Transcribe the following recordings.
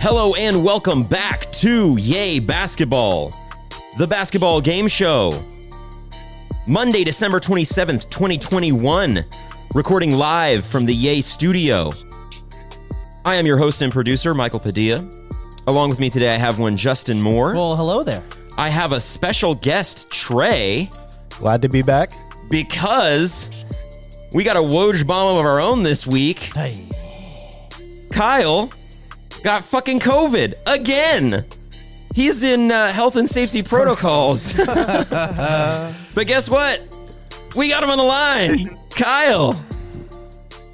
Hello and welcome back to Yay Basketball, the basketball game show. Monday, December 27th, 2021, recording live from the Yay studio. I am your host and producer, Michael Padilla. Along with me today, I have one Justin Moore. Well, hello there. I have a special guest, Trey, Glad to be back. because we got a Woj bomb of our own this week. Hey. Kyle got fucking COVID again. He's in uh, health and safety protocols. but guess what? We got him on the line. Kyle,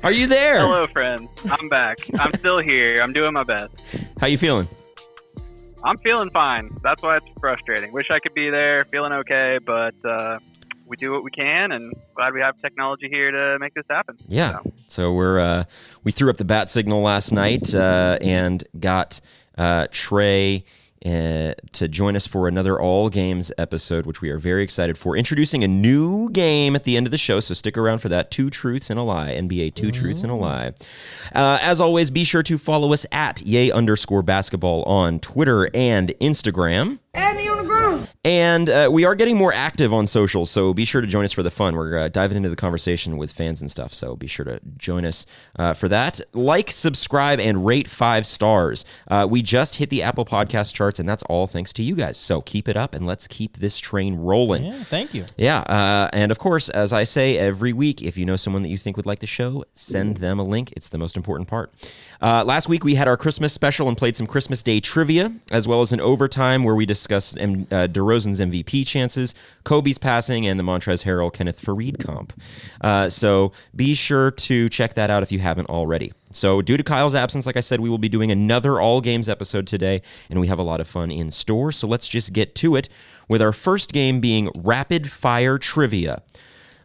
are you there? Hello, friends. I'm back. I'm still here. I'm doing my best. How you feeling? I'm feeling fine. That's why it's frustrating. Wish I could be there, feeling okay, but uh, we do what we can, and glad we have technology here to make this happen. Yeah. So we're uh, we threw up the bat signal last night uh, and got uh, Trey uh, to join us for another all games episode, which we are very excited for. Introducing a new game at the end of the show, so stick around for that. Two truths and a lie. NBA Two Truths and a Lie. Uh, as always, be sure to follow us at yay underscore basketball on Twitter and Instagram. And uh, we are getting more active on social, so be sure to join us for the fun. We're uh, diving into the conversation with fans and stuff, so be sure to join us uh, for that. Like, subscribe, and rate five stars. Uh, we just hit the Apple Podcast charts, and that's all thanks to you guys. So keep it up, and let's keep this train rolling. Yeah, thank you. Yeah, uh, and of course, as I say every week, if you know someone that you think would like the show, send them a link. It's the most important part. Uh, last week, we had our Christmas special and played some Christmas Day trivia, as well as an overtime where we discussed um, uh, DeRozan's MVP chances, Kobe's passing, and the Montrez Harrell Kenneth Farid comp. Uh, so be sure to check that out if you haven't already. So, due to Kyle's absence, like I said, we will be doing another All Games episode today, and we have a lot of fun in store. So, let's just get to it with our first game being Rapid Fire Trivia.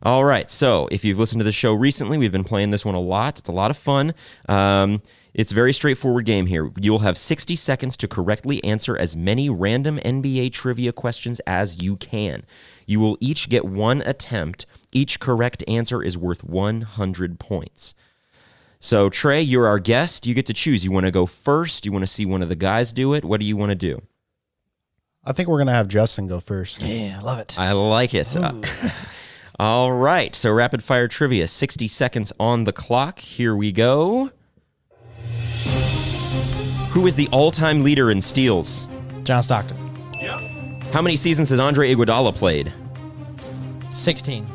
All right. So, if you've listened to the show recently, we've been playing this one a lot. It's a lot of fun. Um, it's a very straightforward game here. You'll have 60 seconds to correctly answer as many random NBA trivia questions as you can. You will each get one attempt. Each correct answer is worth 100 points. So, Trey, you're our guest. You get to choose. You want to go first? You want to see one of the guys do it? What do you want to do? I think we're gonna have Justin go first. Yeah, love it. I like it. Uh, all right. So, rapid fire trivia 60 seconds on the clock. Here we go. Who is the all time leader in steals? John Stockton. How many seasons has Andre Iguodala played? 16.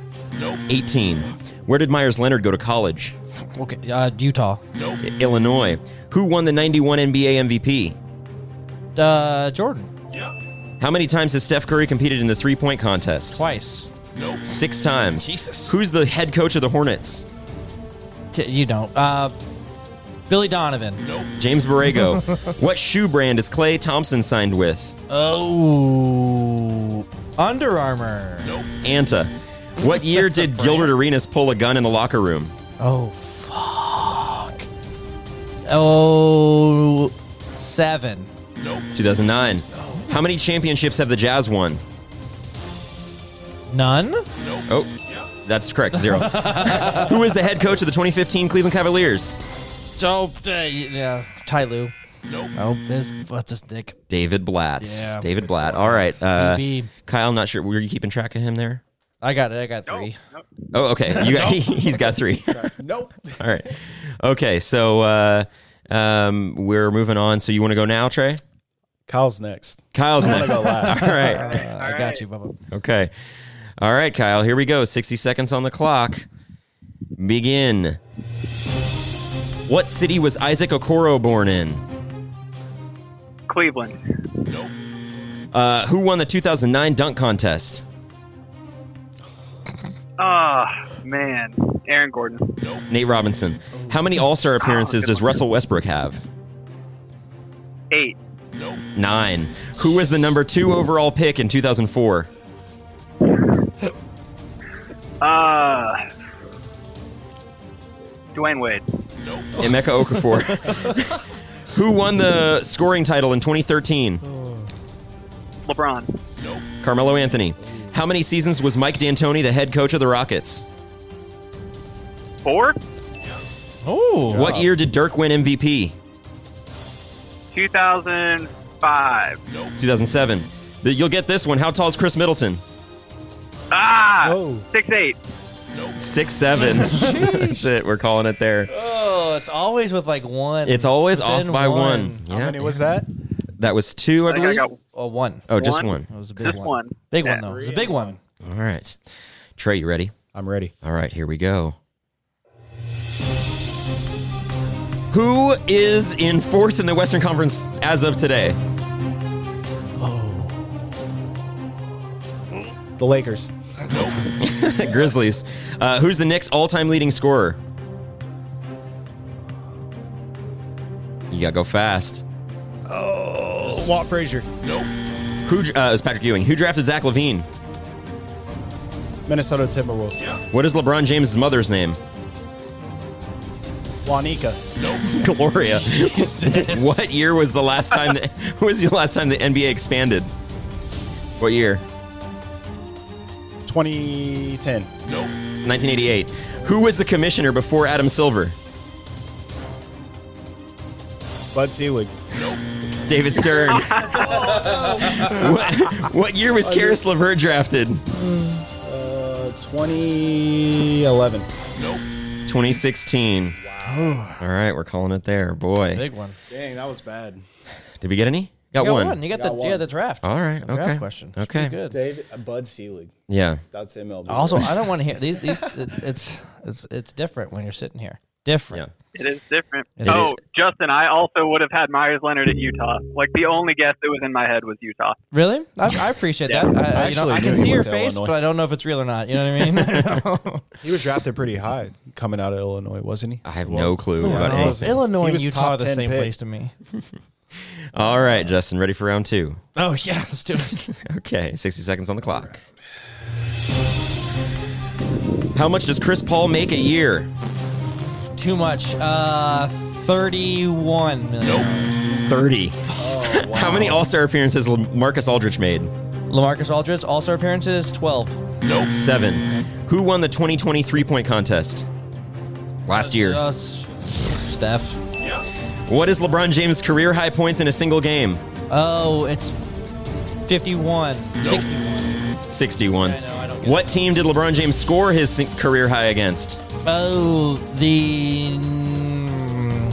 18. Where did Myers Leonard go to college? Okay, uh, Utah. I- Illinois. Who won the 91 NBA MVP? Uh, Jordan. How many times has Steph Curry competed in the three point contest? Twice. Six times. Jesus. Who's the head coach of the Hornets? T- you don't. Uh, Billy Donovan. James Borrego. what shoe brand is Clay Thompson signed with? Oh. Under Armour. Anta. What year That's a did brand. Gilbert Arenas pull a gun in the locker room? Oh, fuck. Oh, seven. 2009. How many championships have the Jazz won? None? Oh, that's correct. Zero. Who is the head coach of the 2015 Cleveland Cavaliers? Oh, uh, yeah. Ty Lue. Oh, this, what's his dick? David Blatz. Yeah. David Blatt. All right. Uh, DB. Kyle, not sure. Were you keeping track of him there? I got it. I got No, three. no, Oh, okay. You got, he's got three. Nope. All right. Okay. So uh, um, we're moving on. So you want to go now, Trey? Kyle's next. Kyle's I'm next. gonna go All last. right. Uh, I got you, Bubba. Okay. All right, Kyle, here we go. 60 seconds on the clock. Begin. What city was Isaac Okoro born in? Cleveland, Uh, who won the 2009 dunk contest? oh man, Aaron Gordon, Nate Robinson. How many All Star appearances does Russell Westbrook have? eight, Nine. Who was the number two overall pick in 2004? uh, Dwayne Wade, Emeka Okafor. Who won the scoring title in 2013? LeBron, Carmelo Anthony. How many seasons was Mike D'Antoni the head coach of the Rockets? four, Oh. What year did Dirk win MVP? 2005. 2007. Th- You'll get this one. How tall is Chris Middleton? Ah, Oh. six eight. Six seven. That's it. We're calling it there. Oh, it's always with like one. It's always off Within by one. one. Yeah. How many was that? That was two, I I think I believe. got Oh, one. oh, just one. one. That was a big this one. one. Big Yeah. one though. It was a big one. All right. Trey, you ready? I'm ready. All right, here we go. Who is in fourth in the Western Conference as of today? The Lakers. Grizzlies. Uh, who's the Knicks' all-time leading scorer? You gotta go fast. Oh, Walt Frazier. Who? dr- Uh, it was Patrick Ewing. Who drafted Zach Levine? Minnesota Timberwolves. What is LeBron James' mother's name? Juanica. Gloria. what year was the last time that who was the last time the NBA expanded? What year? 2010. 1988. Who was the commissioner before Adam Silver? Bud Selig. David Stern. what, what year was Karis LeVert drafted? Uh, 2011. 2016. Wow. All right, we're calling it there, boy. Big one. Dang, that was bad. Did we get any? Got, You got one. one. You got, Got the one. yeah the draft. All right. The Okay. Draft question. It's Okay. pretty Good. David uh, Bud Selig. Yeah. That's MLB. Also, I don't want to hear these. These it- it's it's it's different when you're sitting here. Different. Yeah. It is different. It oh, is. Justin, I also would have had Myers Leonard at Utah. Like the only guess that was in my head was Utah. Really? I, I appreciate that. I, I- you know, Actually I can knew he see your went to face, Illinois. but I don't know if it's real or not. You know what I mean? he was drafted pretty high coming out of Illinois, wasn't Uh, he? I have no clue about no. anything. Listen, Illinois he and was Utah are top the 10 same pick. place to me. All right, Justin, ready for round two? Oh yeah, let's do it. Okay, 60 seconds on the clock. How much does Chris Paul make a year? Too much. Uh, thirty-one million. 30. Oh, How many All Star appearances has Marcus Aldrich made? Lamarcus Aldridge also appearances twelve. Nope. Seven. Who won the 2020 three point contest? Last year. Uh, s- Steph. what is LeBron James' career high points in a single game? Oh, it's fifty-one. Sixty-one. 61. I know, I don't get what team did LeBron James score his si- career high against? Oh, the mm,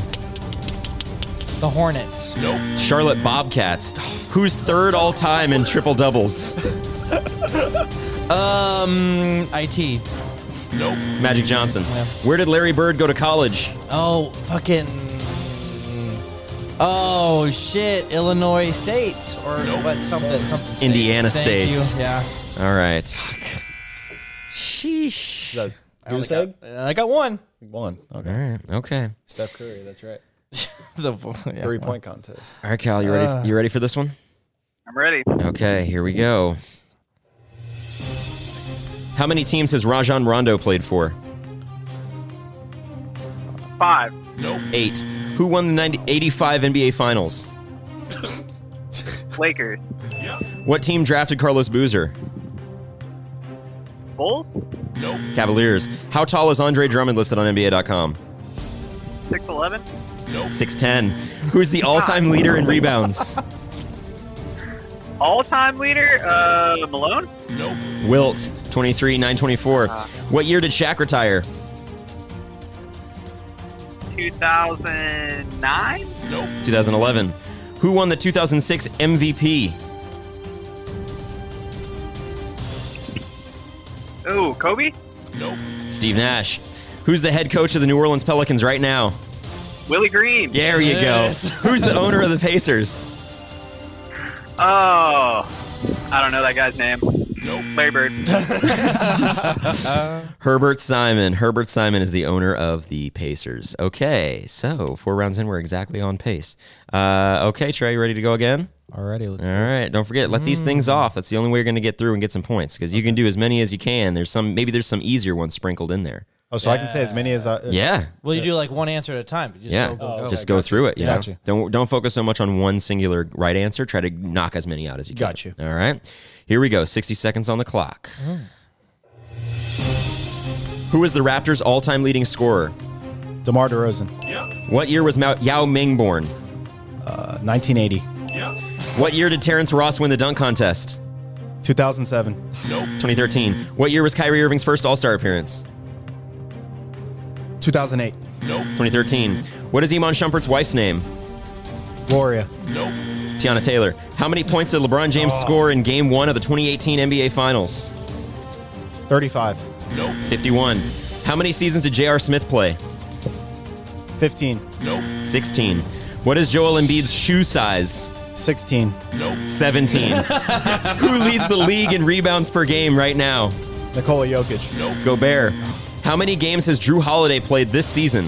the Hornets. Charlotte Bobcats. Who's third all time in triple doubles? Um, it. Magic Johnson. Yeah. Where did Larry Bird go to college? Oh, fucking. Oh shit! Illinois State or what? Something, something. State. Indiana Thank State. You. Yeah. All right. Sheesh. The I only got, I got one. One. Okay. All right. Okay. Steph Curry, that's right. The yeah, Three one. point contest. All right, Cal. You ready? Uh. you ready for this one? I'm ready. Okay. Here we go. How many teams has Rajon Rondo played for? Five. Eight. Who won the 90, 85 NBA Finals? Lakers. What team drafted Carlos Boozer? Bulls. Cavaliers. How tall is Andre Drummond listed on NBA.com? Six eleven. 6'10. Who's the all time leader in rebounds? All time leader. Uh, Malone. Wilt, 23, 924. What year did Shaq retire? 2009. 2011. Who won the 2006 MVP? Ooh, Kobe. Steve Nash. Who's the head coach of the New Orleans Pelicans right now? Willie Green. There you Yes. go. Who's the owner of the Pacers? Oh, I don't know that guy's name. Larry Bird. Uh, Herbert Simon. Herbert Simon is the owner of the Pacers. Okay, so four rounds in, we're exactly on pace. Uh, okay, Trey, you ready to go again? Alrighty, let's All right, don't forget, let these things off. That's the only way you're going to get through and get some points because you can do as many as you can. There's some, maybe there's some easier ones sprinkled in there. Oh, so I can say as many as uh, I Yeah. Well, you do like one answer at a time. You just Yeah, Go, go, go. just go through it. You know? Oh, Gotcha. Don't don't focus so much on one singular right answer. Try to knock as many out as you can. Gotcha. Mm. All right, here we go. Sixty seconds on the clock. Who was the Raptors' all-time leading scorer? DeMar DeRozan. What year was Mao- Yao Ming born? Uh, 1980, What year did Terrence Ross win the dunk contest? 2007, 2013. What year was Kyrie Irving's first All Star appearance? 2008, 2013. What is Iman Shumpert's wife's name? Gloria, Tiana Taylor. How many points did LeBron James Oh. score in Game 1 of the 2018 NBA Finals? 35, 51. How many seasons did J.R. Smith play? 15, 16. What is Joel Embiid's shoe size? 16, 17. Who leads the league in rebounds per game right now? Nikola Jokic, Gobert. How many games has Drew Holiday played this season?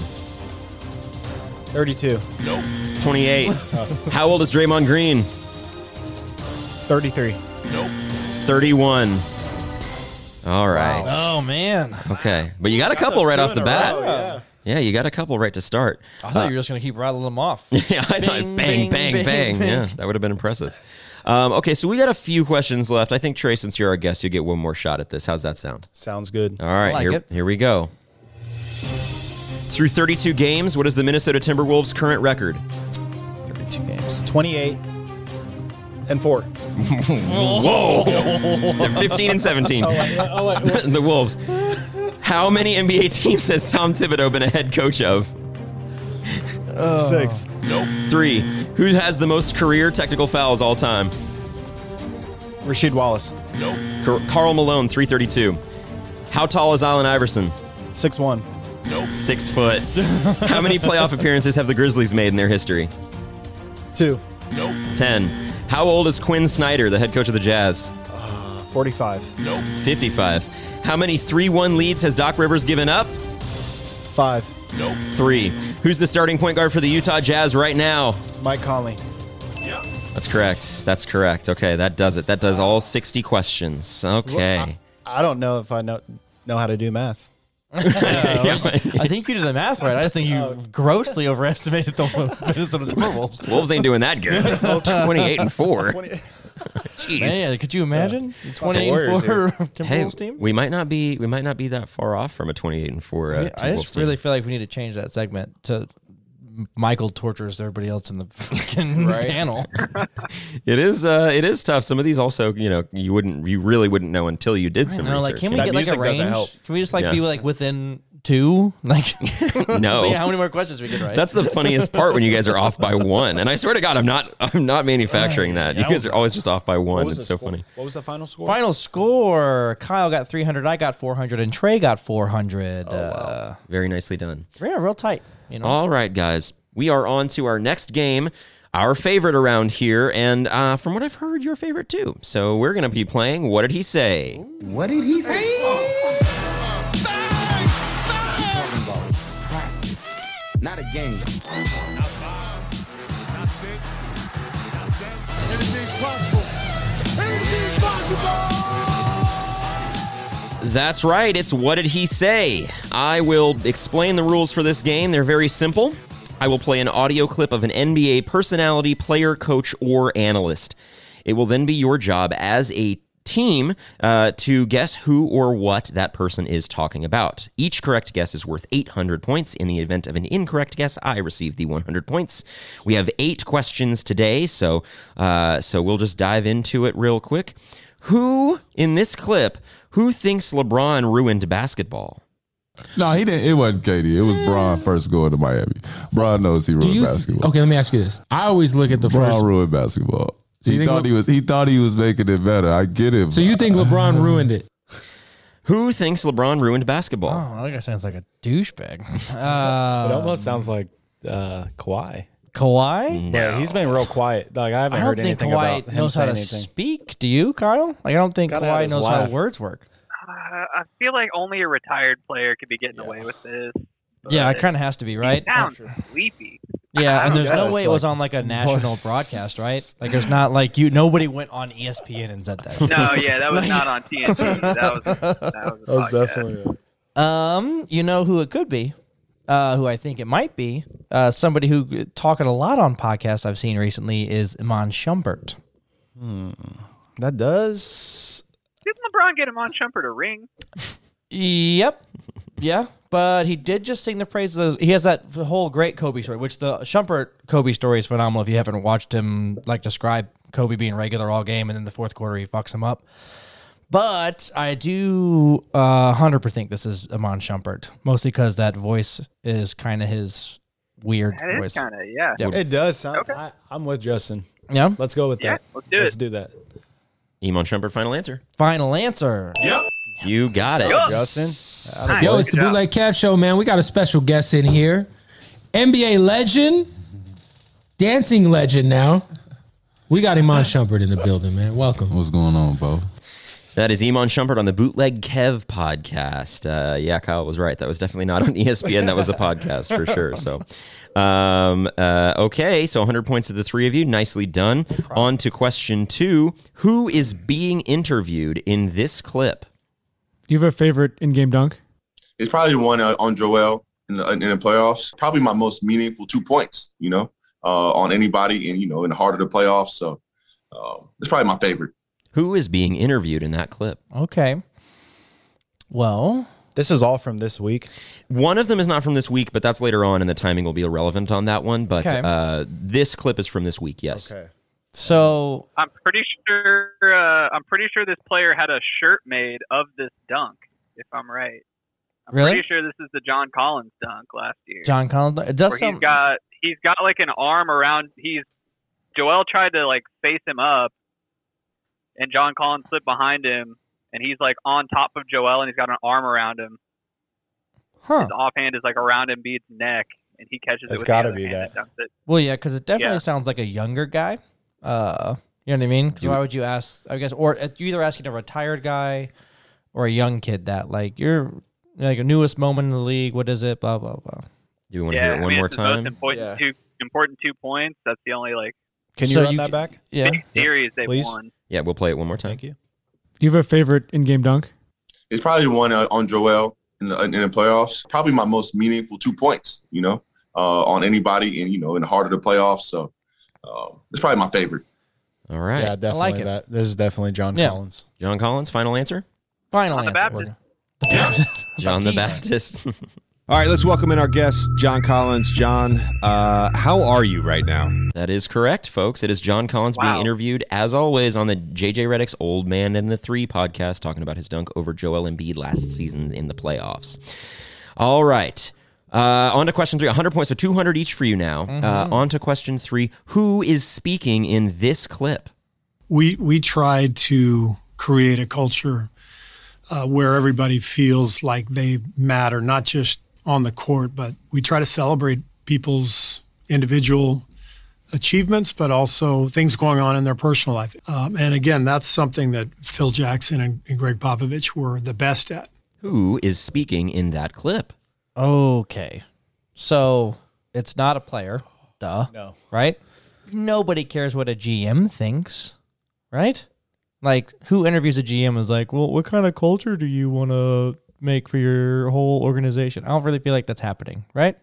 32, 28. How old is Draymond Green? 33. 31. All right. Oh man, I Okay. But you got a couple right off the Oh, bat. yeah. Yeah, you got a couple right to start. thought you were just gonna keep rattling them off. Yeah, I thought bang, Bing, bang, bang, bing, bing, bing. Yeah, that would have been impressive. Um, okay, so we got a few questions left. I think Trey, since you're our guest, you'll get one more shot at this. How's that sound? Sounds good. All right, like here, it. here we go. Through 32 games, what is the Minnesota Timberwolves' current record? 32 games. 28 and 4. Whoa! They're 15 and 17. the Wolves. How many NBA teams has Tom Thibodeau been a head coach of? 6. Three. Who has the most career technical fouls all time? Rasheed Wallace. Car- Carl Malone, 332. How tall is Allen Iverson? 6 1. Six foot. How many playoff appearances have the Grizzlies made in their history? 2. Ten. How old is Quinn Snyder, the head coach of the Jazz? 45. 55. How many 3 1 leads has Doc Rivers given up? 5. Three. Who's the starting point guard for the Utah Jazz right now? Mike Conley. That's correct. That's correct. Okay, that does it. That does all 60 questions. Okay. I don't know if I know know how to do math. I think you did the math right. I just think Oh. you grossly overestimated the Minnesota Timberwolves. Wolves ain't doing that good. 28 and 4. Jeez. Man, could you imagine twenty Warriors and four here. Hey, Timberwolves team? we might not be we might not be that far off from a 28 and 4 uh, Yeah, I Timberwolves just team. really feel like we need to change that segment to M- Michael tortures everybody else in the fucking panel. It is. Uh, it is tough. Some of these also, you know, you wouldn't, you really wouldn't know until you did some No, like, research. can we That get like a music doesn't range? help. Can we just like Yeah. be like within two? Like, no. Oh. yeah, how many more questions we could write? That's the funniest part when you guys are off by one. And I swear to God, I'm not. I'm not manufacturing that. You guys are always just off by one. It's so funny. What was the final score? final score. Kyle got three hundred. I got four hundred, and Trey got four hundred. Oh, uh, Very nicely done. yeah, real tight. You know, All right, guys. We are on to our next game. Our favorite around here, and uh, from what I've heard, your favorite too. So we're going to be playing. What did he say? What did he say? Oh. Practice, Not a game. Anything's possible. Anything's possible. That's right. It's what did he say? I will explain the rules for this game. They're very simple. I will play an audio clip of an NBA personality, player, coach, or analyst. It will then be your job as a team uh, to guess who or what that person is talking about. Each correct guess is worth 800 points. In the event of an incorrect guess, I receive the 100 points. We have eight questions today, so uh, so we'll just dive into it real quick. Who in this clip? Who thinks LeBron ruined basketball? No, he didn't. It wasn't Katie. It was Braun first going to Miami. Braun knows he ruined Do you th- basketball. okay, let me ask you this. I always look at the Braun first. ruined basketball. you he think thought Le- he was. He thought he was making it better. I get him. So you think LeBron ruined it? Who thinks LeBron ruined basketball? oh, that guy sounds like a douchebag. Uh, It almost sounds like uh, Kawhi. Kawhi. Yeah, he's been real quiet. Like I haven't I don't heard think anything Kawhi about him knows how saying to anything. speak. Do you, Kyle? Like, I don't think Gotta have Kawhi his knows laugh. how words work. Uh, I feel like only a retired player could be getting away with this. yeah, but it kind of has to be, right? He sounds sleepy. Yeah, and there's no guess, way it was like, on like a national broadcast, right? Like, there's not like you. Nobody went on E ESPN and said that. No, yeah, that was not on TNT. That was that was, a That was podcast. definitely Um, you know who it could be, uh, who I think it might be, uh, somebody who talking a lot on podcasts I've seen recently is Iman Shumpert. That does Didn't LeBron get him on Shumpert a ring? Yep. Yeah, but he did just sing the praises. Of, he has that f- whole great Kobe story, which the Shumpert Kobe story is phenomenal. If you haven't watched him, like describe Kobe being regular all game, and then the fourth quarter he fucks him up. But I do uh, 100% think this is Amon Shumpert, mostly because that voice is kind of his weird That is voice. kind of yeah. Yeah. It does sound. I, I'm with Justin. yeah. Let's go with Yeah, that. let's do let's it. do that. Emon Shumpert, final answer. Final answer. You got it. Good. Justin, Nice. Yo, Good it's the job. Bootleg Cap Show, man. We got a special guest in here. NBA legend, dancing legend now. We got Iman Shumpert in the building, man. Welcome. What's going on, Bo? That is Iman Shumpert on the Bootleg Kev podcast. Uh, yeah, Kyle was right. That was definitely not on E ESPN. That was a podcast for sure. So, um, uh, okay. So 100 points to the three of you. Nicely done. On to question two Who is being interviewed in this clip? Do you have a favorite in-game dunk? It's probably the one uh, on Joel in the, uh, in the playoffs. Probably my most meaningful two points, you know, uh, on anybody, and you know, in the heart of the playoffs. So um, it's probably my favorite. Who is being interviewed in that clip? Okay. Well, this is all from this week. One of them is not from this week, but that's later on, and the timing will be irrelevant on that one. But Okay. uh, this clip is from this week, yes. so I'm pretty sure. Uh, I'm pretty sure this player had a shirt made of this dunk. If I'm right, I'm Really? pretty sure this is the John Collins dunk last year. John Collins, it does where sound. he's got he's got like an arm around. He's Joel tried to like face him up, and John Collins slipped behind him, and he's like on top of Joel, and he's got an arm around him. huh. His offhand is like around Embiid's neck, and he catches it. It's with gotta the other be hand that. and dunks it. Well, yeah, because it definitely Yeah. sounds like a younger guy. Uh, you know what I mean? 'Cause why would you ask? I guess, or uh, you're either asking a retired guy or a young kid that, like, you're like a newest moment in the league. What is it? Blah blah blah. Do you want to Yeah, hear it I one mean, more it's his most time? important Yeah. two important two points. That's the only like Can you So run you that c- back? Yeah. big series they've Please. won. Yeah, we'll play it one more time. Thank you. Do you have a favorite in-game dunk? It's probably the one uh, on Joel in the, in the playoffs. Probably my most meaningful two points, you know, uh, on anybody, and you know, in the heart of the playoffs. So um, it's probably my favorite. All right. Yeah, definitely like it. that. This is definitely John Yeah. Collins. John Collins, final answer? Final John the answer. Baptist. Morgan. John the Baptist. All right, let's welcome in our guest, John Collins. John, uh, how are you right now? That is correct, folks. It is John Collins being Wow. interviewed, as always, on the JJ Reddick's Old Man and the Three podcast, talking about his dunk over Joel Embiid last season in the playoffs. All right. Uh, on to question three 100 points, so 200 each for you now. Mm-hmm. Uh, on to question three Who is speaking in this clip? We we tried to create a culture uh, where everybody feels like they matter, not just on the court, but we try to celebrate people's individual achievements, but also things going on in their personal life. Um, and again, that's something that Phil Jackson and, and Greg Popovich were the best at. Who is speaking in that clip? Okay, so it's not a player. Duh. No. Right. Nobody cares what a GM thinks. Right. Like who interviews a GM is like, well, what kind of culture do you want to make for your whole organization? I don't really feel like that's happening, right?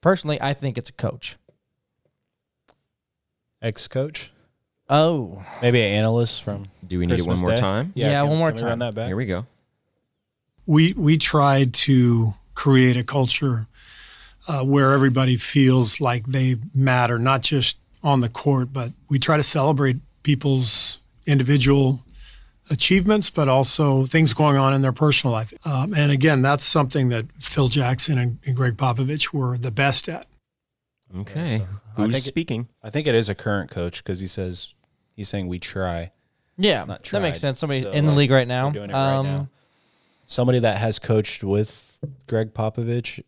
Personally, I think it's a coach. Ex coach. Oh, Maybe an analyst from. Do we need Christmas it one more Day? time? Yeah, one more can we time. Run that back. Here we go. we we tried to create a culture uh, where everybody feels like they matter, not just on the court, but we try to celebrate people's individual achievements, but also things going on in their personal life. Um, and again, that's something that Phil Jackson and, and Greg Popovich were the best at. Okay. so I Who's think it- speaking? I think it is a current coach because he says he's saying we try. yeah, It's not that makes tried. sense. Somebody So, in the like, league right now. We're doing it right Um, now. Somebody that has coached with Greg Popovich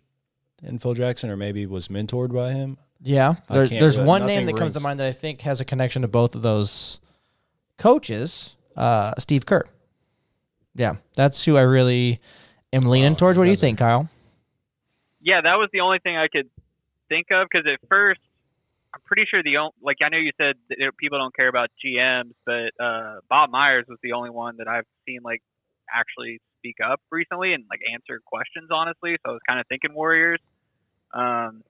and Phil Jackson, or maybe was mentored by him. Yeah, I there, can't there's really- one name nothing that comes to rings- mind that I think has a connection to both of those coaches. Uh, Steve Kerr. Yeah, that's who I really am leaning towards. What do you think, Kyle? Yeah, that was the only thing I could think of because at first, I'm pretty sure the only like I know you said that there- people don't care about GMs, but uh, Bob Myers was the only one that I've seen like actually speak up recently and like answer questions honestly. So I was kind of thinking Warriors. Um,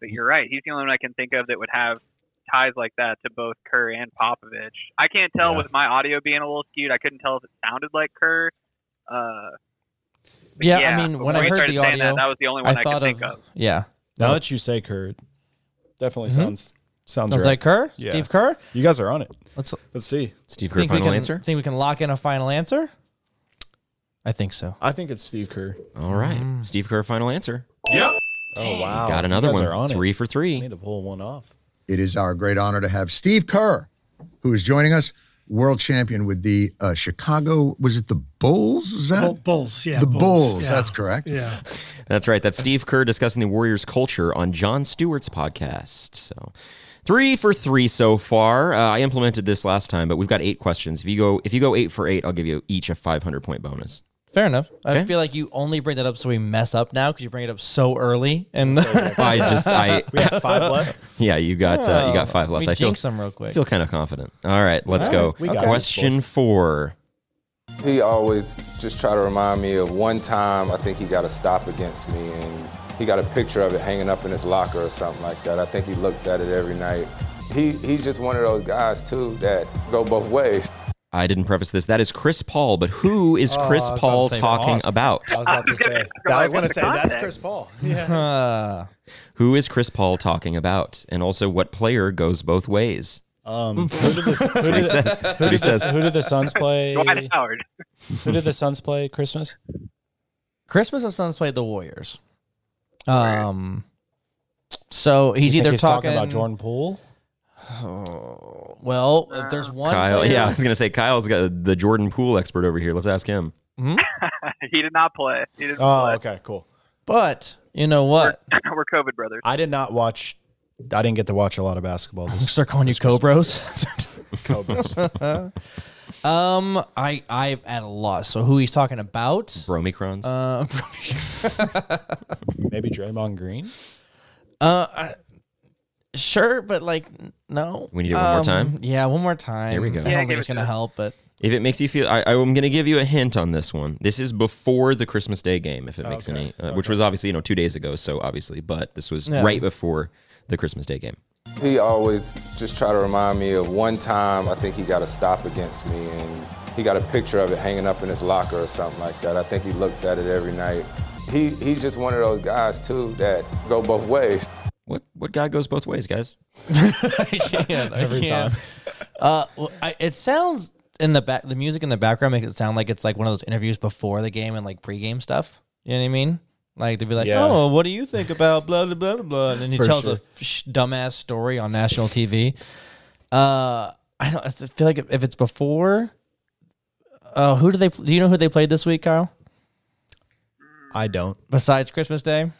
but you're right; he's the only one I can think of that would have ties like that to both Kerr and Popovich. I can't tell with my audio being a little skewed. I couldn't tell if it sounded like Kerr. Uh, Yeah, I mean, when I you heard started the saying audio, that, that was the only I one I, thought could of- think of. Yeah. Now that you say Kerr, definitely Mhm. sounds sounds Sounds right. like Kerr? Yeah. Steve Kerr? You guys are on it. Let's let's see. Steve think we can, Think we can lock in a final answer? I think so. I think it's Steve Kerr. All right. Mm. Steve Kerr, final answer. Yep. Oh wow. Got You another guys one. are on it. three for three. Need to pull one off. It is our great honor to have Steve Kerr, who is joining us, world champion with the uh, Chicago. Was it the Bulls? Is that Bull- Bulls, yeah, the Bulls, Bulls. yeah. That's correct. Yeah. That's right. That's Steve Kerr discussing the Warriors culture on John Stewart's podcast. So, three for three so far. Uh, I implemented this last time, but we've got eight questions. If you go, if you go eight for eight, I'll give you each a five hundred point bonus. Fair enough. I Okay. feel like you only bring that up so we mess up now because you bring it up so early. And I just, I We have five left. yeah, you got, uh, you got five Oh, left. we I feel jinxed them real quick. Feel kind of confident. All right, let's All go. right, we got Question this, four. He always just try to remind me of one time I think he got a stop against me and he got a picture of it hanging up in his locker or something like that. I think he looks at it every night. He he's just one of those guys too that go both ways. I didn't preface this. That is Chris Paul, but who is Oh, Chris I was about Paul to say talking Ross. about? I was about to say. I was gonna say that's Chris Paul. Uh, Who is Chris Paul talking about? And also, what player goes both ways? Um, who did, this, who, what he did, said. who, That's what did he this, said. who did the Suns play? Dwight Howard. Who did the Suns play Christmas? Christmas and Suns played the Warriors. Um, so he's You think either he's talking talking, about Jordan Poole. Oh, well, if there's one. Kyle, player- yeah, I was gonna say Kyle's got the Jordan Poole expert over here. Let's ask him. he did not play. He didn't play. okay, cool. But you know what? We're COVID brothers. I did not watch. I didn't get to watch a lot of basketball. This Start calling you Cobros. Cobras. um, I I'm at a loss. So who he's talking about? Bromicrons. Uh, Maybe Draymond Green. uh, I- sure, but like n- no. We need it one more Um, time? Yeah, one more time. Here we go. I Yeah, don't give think it's it gonna to- help, but If it makes you feel, I, I'm going to give you a hint on this one. This is before the Christmas Day game, if it makes any, uh, which was obviously you know two days ago. So obviously, but this was Yeah. right before the Christmas Day game. He always just try to remind me of one time I think he got a stop against me and he got a picture of it hanging up in his locker or something like that. I think he looks at it every night. He he's just one of those guys too that go both ways. What what guy goes both ways, guys? I can't. I Every can't. Uh, well, I, it sounds in the back. The music in the background makes it sound like it's like one of those interviews before the game and like pregame stuff. You know what I mean? Like to be like, Yeah. oh, what do you think about blah blah blah blah, blah, and then he For tells sure. a f- sh- dumbass story on national TV. Uh, I don't I feel like if it's before. Uh, who do they? pl- Do you know who they played this week, Kyle? I don't. Besides Christmas Day,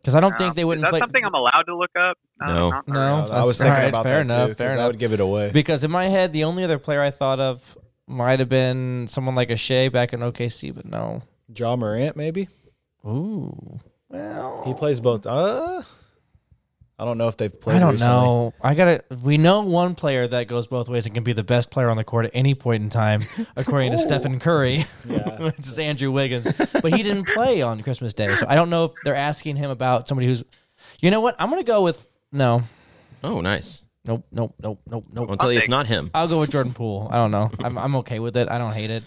because I don't Um, think they wouldn't Is that play. something I'm allowed to look up? Uh, No. not really. No, I that's- was thinking all right, about fair that enough, too. fair 'cause I enough. would give it away. Because in my head, the only other player I thought of might have been someone like a Shea back in OKC, but no. John Morant, maybe. Ooh. Well, He plays both. Uh, I don't know if they've played. I don't recently. know. I gotta. We know one player that goes both ways and can be the best player on the court at any point in time, according to Stephen Curry. Yeah. which is Andrew Wiggins, but he didn't play on Christmas Day, so I don't know if they're asking him about somebody who's. You know what? I'm gonna go with no, Oh, nice. nope, nope, nope, nope, nope. I'll tell you, it's not him. I'll go with Jordan Poole. I don't know. I'm, I'm okay with it. I don't hate it.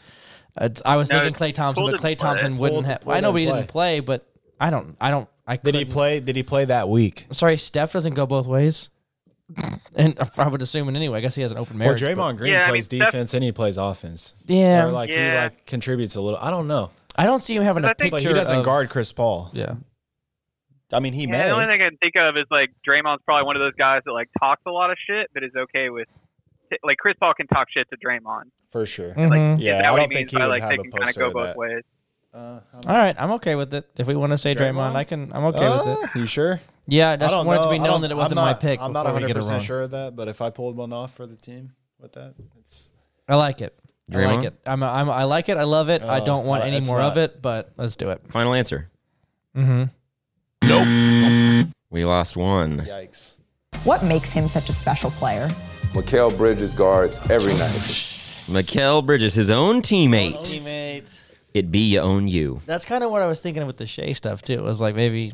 It's, I was No, thinking Clay Thompson, Poole but Clay didn't play. Thompson wouldn't Poole- have. Poole I know, but he didn't didn't play. But I don't. I don't. I Did couldn't. he play? Did he play that week? Sorry, Steph doesn't go both ways. and I would assume it anyway. I guess he has an open marriage. well, but- Draymond Green Yeah, I plays mean, Steph- defense and he plays offense. Yeah. Or like Yeah. he like contributes a little. I don't know. I don't see him having But a I think- picture. But he doesn't of- guard Chris Paul. Yeah. I mean, he Yeah, the only may. thing I can think of is like Draymond's probably one of those guys that like talks a lot of shit, but is okay with like Chris Paul can talk shit to Draymond. For Mhm. sure. Is Mm-hmm. Yeah, that I what don't he means think he by would like have they a can kind of poster go of both that. ways? Uh, I don't- All right, I'm okay with it. If we want to say Draymond, Draymond? I can. I'm okay with it. Uh, You sure? Yeah, I just don't wanted to know. be I known don't- that it I'm wasn't my not- pick. I'm not before we 100 get it percent wrong. sure of that, but if I pulled one off for the team with that, it's I like it. I Draymond? like it. I'm, I'm, I like it. I love it. I Oh, don't want uh, any it's more of not- it, but let's do it. Final answer. Mm-hmm. We lost one. yikes. What makes him such a special player? Mikael Bridges guards every night. Mikel Bridges, his own teammate. teammate. It be your own you. That's kind of what I was thinking with the Shea stuff too. It was like maybe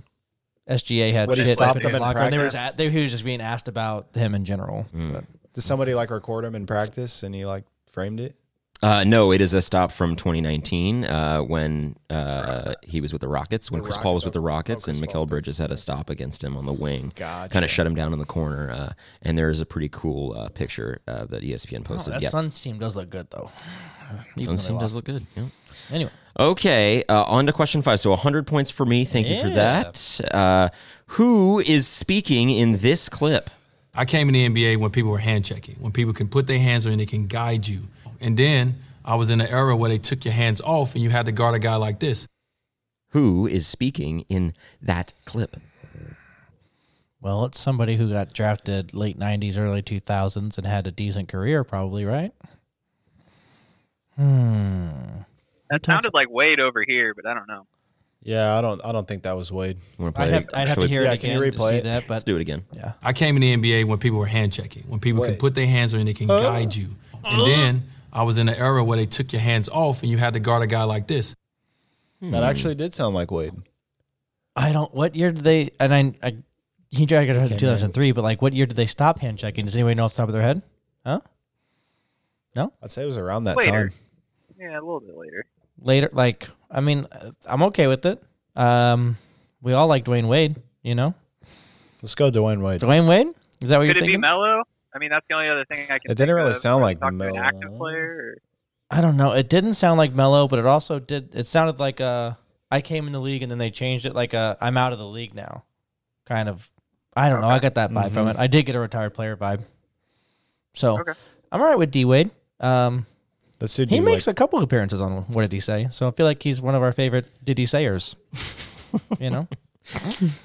SGA had What, he shit stopped in him his in locker, and they were, just, practice? at- they, he was just being asked about him in general. But Did somebody like record him in practice and he like framed it? Uh, no, it is a stop from 2019 uh, when uh, he was with the Rockets, when Chris Paul was with the oh, Rockets, and Mikel Bridges had a stop against him on the wing, Gotcha. kind of shut him down in the corner. Uh, and there is a pretty cool uh, picture uh, that ESPN Oh, posted. that Yeah. Suns team does look good though. Even Suns though they team does lost. look good. Yeah. Anyway, Okay, uh, on to question five. So 100 points for me. Thank you for that. Uh, who is speaking in this clip? I came in the NBA when people were hand checking, when people can put their hands on you and they can guide you. And then I was in an era where they took your hands off and you had to guard a guy like this. Who is speaking in that clip? well, it's somebody who got drafted late '90s, early 2000s, and had a decent career, probably right. Hmm. That sounded like Wade over here, but I don't know. Yeah, I don't. I don't think that was Wade. I'd have- I'd have to hear it Yeah, can you again to replay see it? that, but- Let's do it again. Yeah. I came in the NBA when people were hand checking, when people can Wait. put their hands on you and they can Oh. guide you. And then I was in an era where they took your hands off and you had to guard a guy like this. Hmm. That actually did sound like Wade. I don't. What year did they? And I, I he dragged it out in Can't 2003, but like, what year did they stop hand checking? Does anybody know off the top of their head? Huh? No. I'd say it was around that Later. time. Yeah, a little bit later. Later, like, I mean, uh, I'm okay with it. Um, we all like Dwayne Wade, you know. Let's go, Dwayne Wade. Dwayne Wade? Is that what Could you're it be thinking? Mello? I mean, that's the only other thing I can. It didn't think really of. sound like Talk to an Melo. uh, active player. I don't know. It didn't sound like Mello, but it also did. It sounded like uh, I came in the league and then they changed it like uh, I'm out of the league now, kind of. I don't know. I got that vibe from Mhm. it. I did get a retired player vibe. So I'm all right with D Wade. Um, dude he you makes a couple appearances on What Did He Say? So I feel like he's one of our favorite Did He Sayers. you know?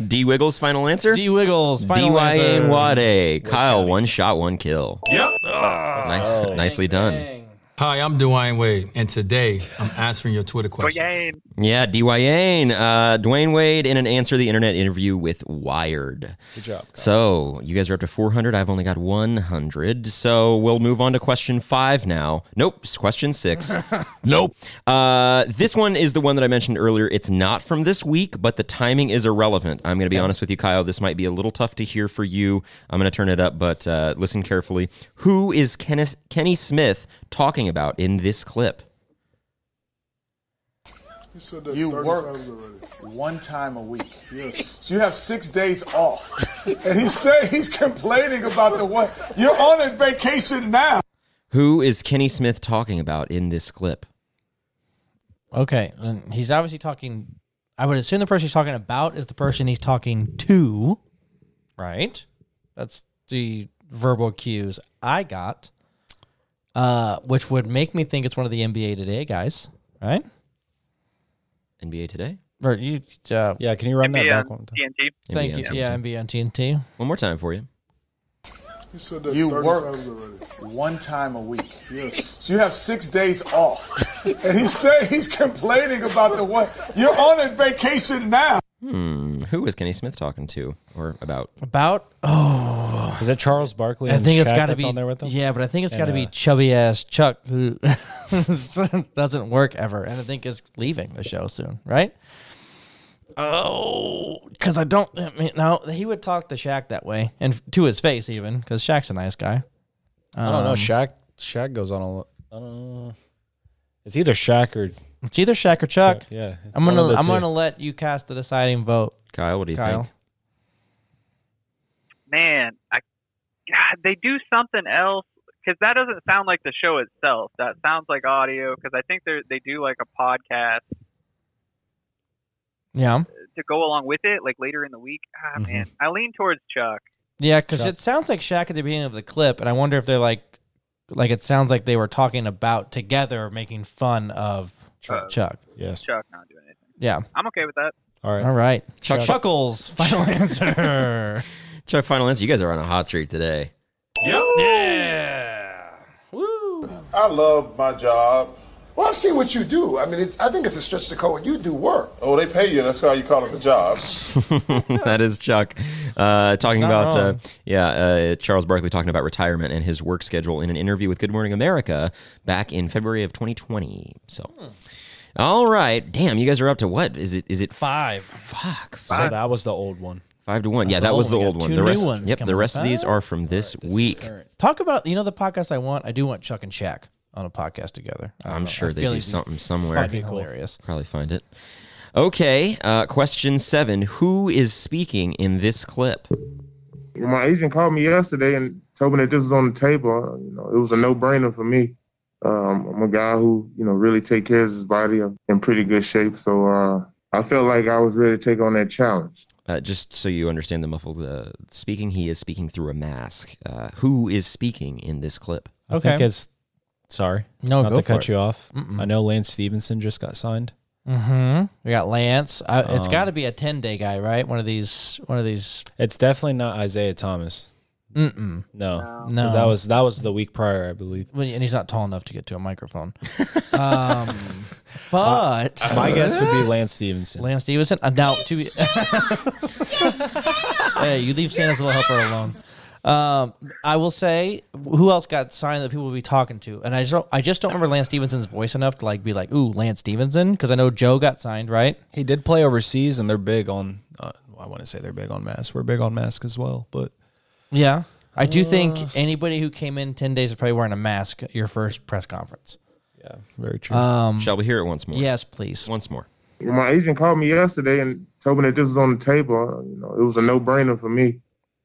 D Wiggles, final answer? D Wiggles, final answer. DYN Wade. Kyle, one shot, one kill. Yep. Ni- nicely done. Hi, I'm Dwayne Wade, and today I'm answering your Twitter questions. Yeah, DYN. Uh, Dwayne Wade in an Answer the Internet interview with Wired. Good job, So you guys are up to 400. I've only got 100. So we'll move on to question five now. Nope, it's question six. nope. Uh, this one is the one that I mentioned earlier. It's not from this week, but the timing is irrelevant. I'm going to be honest with you, Kyle. This might be a little tough to hear for you. I'm going to turn it up, but uh, listen carefully. Who is Kenneth, Kenny Smith talking about in this clip? You work one time a week. Yes. So you have six days off. and he said he's complaining about the one. You're on a vacation now. Who is Kenny Smith talking about in this clip? Okay, and he's obviously talking. I would assume the person he's talking about is the person he's talking to, right? That's the verbal cues I got, uh, which would make me think it's one of the NBA Today guys, right? NBA Today. Or you, uh, yeah, can you run that NBA back on one time? TNT. Thank NBA you. on Yeah, TNT. NBA on TNT. One more time for you. You said that you work one time a week. Yes. So you have six days off. and he said he's complaining about the one. You're on a vacation now. Hmm. Who is Kenny Smith talking to or about? About oh, is it Charles Barkley? I and think it's Shaq got to that's be on there with him. Yeah, but I think it's And, got to be uh, chubby ass Chuck who doesn't work ever, and I think is leaving the show soon, right? Oh, because I don't. I mean, now he would talk to Shaq that way, and f- to his face even, because Shaq's a nice guy. I don't know. Um, Shaq. Shaq goes on a. lo- I don't know. It's either Shaq or. It's either Shaq or Chuck. Yeah, I'm one of gonna the I'm two. gonna let you cast the deciding vote. Kyle, what do you think? Man, I, God, they do something else because that doesn't sound like the show itself. That sounds like audio because I think they they do like a podcast Yeah, to go along with it, like later in the week. Ah, Mm-hmm. Mhm. man, I lean towards Chuck. yeah, because Chuck. it sounds like Shaq at the beginning of the clip, and I wonder if they're like, like it sounds like they were talking about together, making fun of Chuck. Chuck. Chuck not doing anything. Yeah. I'm okay with that. All All right. Chuck- Chuckles, final answer. Chuck, final answer. You guys are on a hot streak today. I love my job. Well, I've seen what you do. I mean, it's, I think it's a stretch to call what you do work. Oh, they pay you. That's why you call it a job. that is Chuck uh, talking not about uh, wrong. yeah uh, Charles Barkley talking about retirement and his work schedule in an interview with Good Morning America back in February of 2020. So, Hmm. all right, damn, you guys are up to what is it? Is it five? Fuck, So five. that was the old one. Five to one. That's yeah, the that old was the one. We got old one. two The new rest, ones yep, coming the rest up. of these are from this week. Talk about you know the podcast I want. I do want Chuck and Shaq. on a podcast together. Oh, I don't I'm know. sure I they feel do it'd be something somewhere. Fucking hilarious. Probably find it. Okay, uh, question seven. Who is speaking in this clip? My agent called me yesterday and told me that this was on the table. You know, it was a no-brainer for me. Um, I'm a guy who you know really take care of his body. I'm in pretty good shape, so uh, I felt like I was ready to take on that challenge. Uh, just so you understand the muffled uh, speaking, he is speaking through a mask. Uh, who is speaking in this clip? I think it's sorry. No, not go to for cut it. you off. Mm-mm. I know Lance Stevenson just got signed. Mm-hmm. We got Lance. I, it's Um, got to be a ten day guy, right? One of these. One of these. It's definitely not Isaiah Thomas. Mm-mm. No, No. 'Cause that was that was the week prior, I believe. Well, And he's not tall enough to get to a microphone. um, but My guess would be Lance Stevenson. Lance Stevenson. Uh, now, to be, hey, you leave Santa's little helper alone. Um, I will say, who else got signed that people will be talking to? And I just, don't- I just don't remember Lance Stevenson's voice enough to like be like, "Ooh, Lance Stevenson," because I know Joe got signed, right? He did play overseas, and they're big on. Uh, I want to say they're big on mask. We're big on mask as well, but Yeah, I do think Uh. anybody who came in ten days is probably wearing a mask at your first press conference. Yeah, very true. Um, Shall we hear it once more? Yes, please. Once more. My agent called me yesterday and told me that this was on the table. You know, it was a no-brainer for me.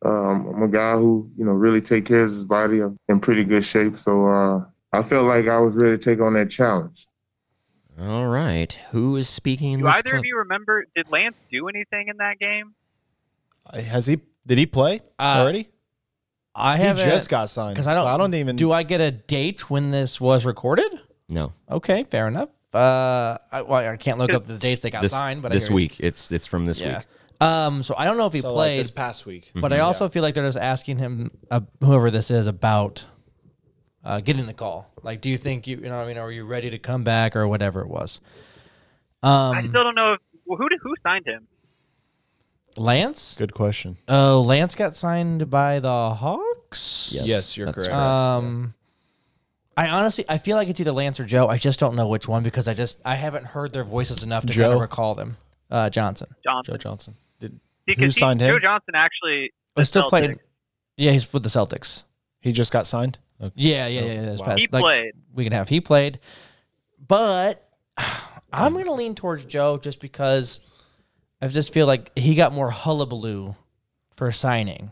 Um, I'm a guy who you know really take care of his body. I'm in pretty good shape, so uh, I felt like I was ready to take on that challenge. All right. Who is speaking in Do this either clip? of you remember? Did Lance do anything in that game? has he? Did he play already? I He have just got signed. because I don't. I don't even- Do I get a date when this was recorded? No. Okay, fair enough. Uh, I, well, I can't look up the dates they got This, signed, but I this hear you. week, it's it's from this week. Um, so I don't know if he So, played like, this past week. but I Mhm. also feel like they're just asking him, uh, whoever this is, about uh, getting the call. Like, do you think you, you know, what I mean, are you ready to come back or whatever it was? I Mm-hmm. Um, still don't know if well, who did, who signed him. Lance. Good question. Oh, Lance got signed by the Hawks. Yes, Yes, you're that's correct. correct. Um, I honestly, I feel like it's either Lance or Joe. I just don't know which one because I just I haven't heard their voices enough to kind Joe. of recall them. Uh, Johnson. Johnson. Joe Johnson. Did, See, 'cause who he- signed Joe him? Johnson actually. But still Celtics. playing. Yeah, he's with the Celtics. He just got signed. Okay. Yeah, yeah, yeah. yeah this Wow. past- He played. We can have he played, but I'm gonna lean towards Joe just because I just feel like he got more hullabaloo for signing.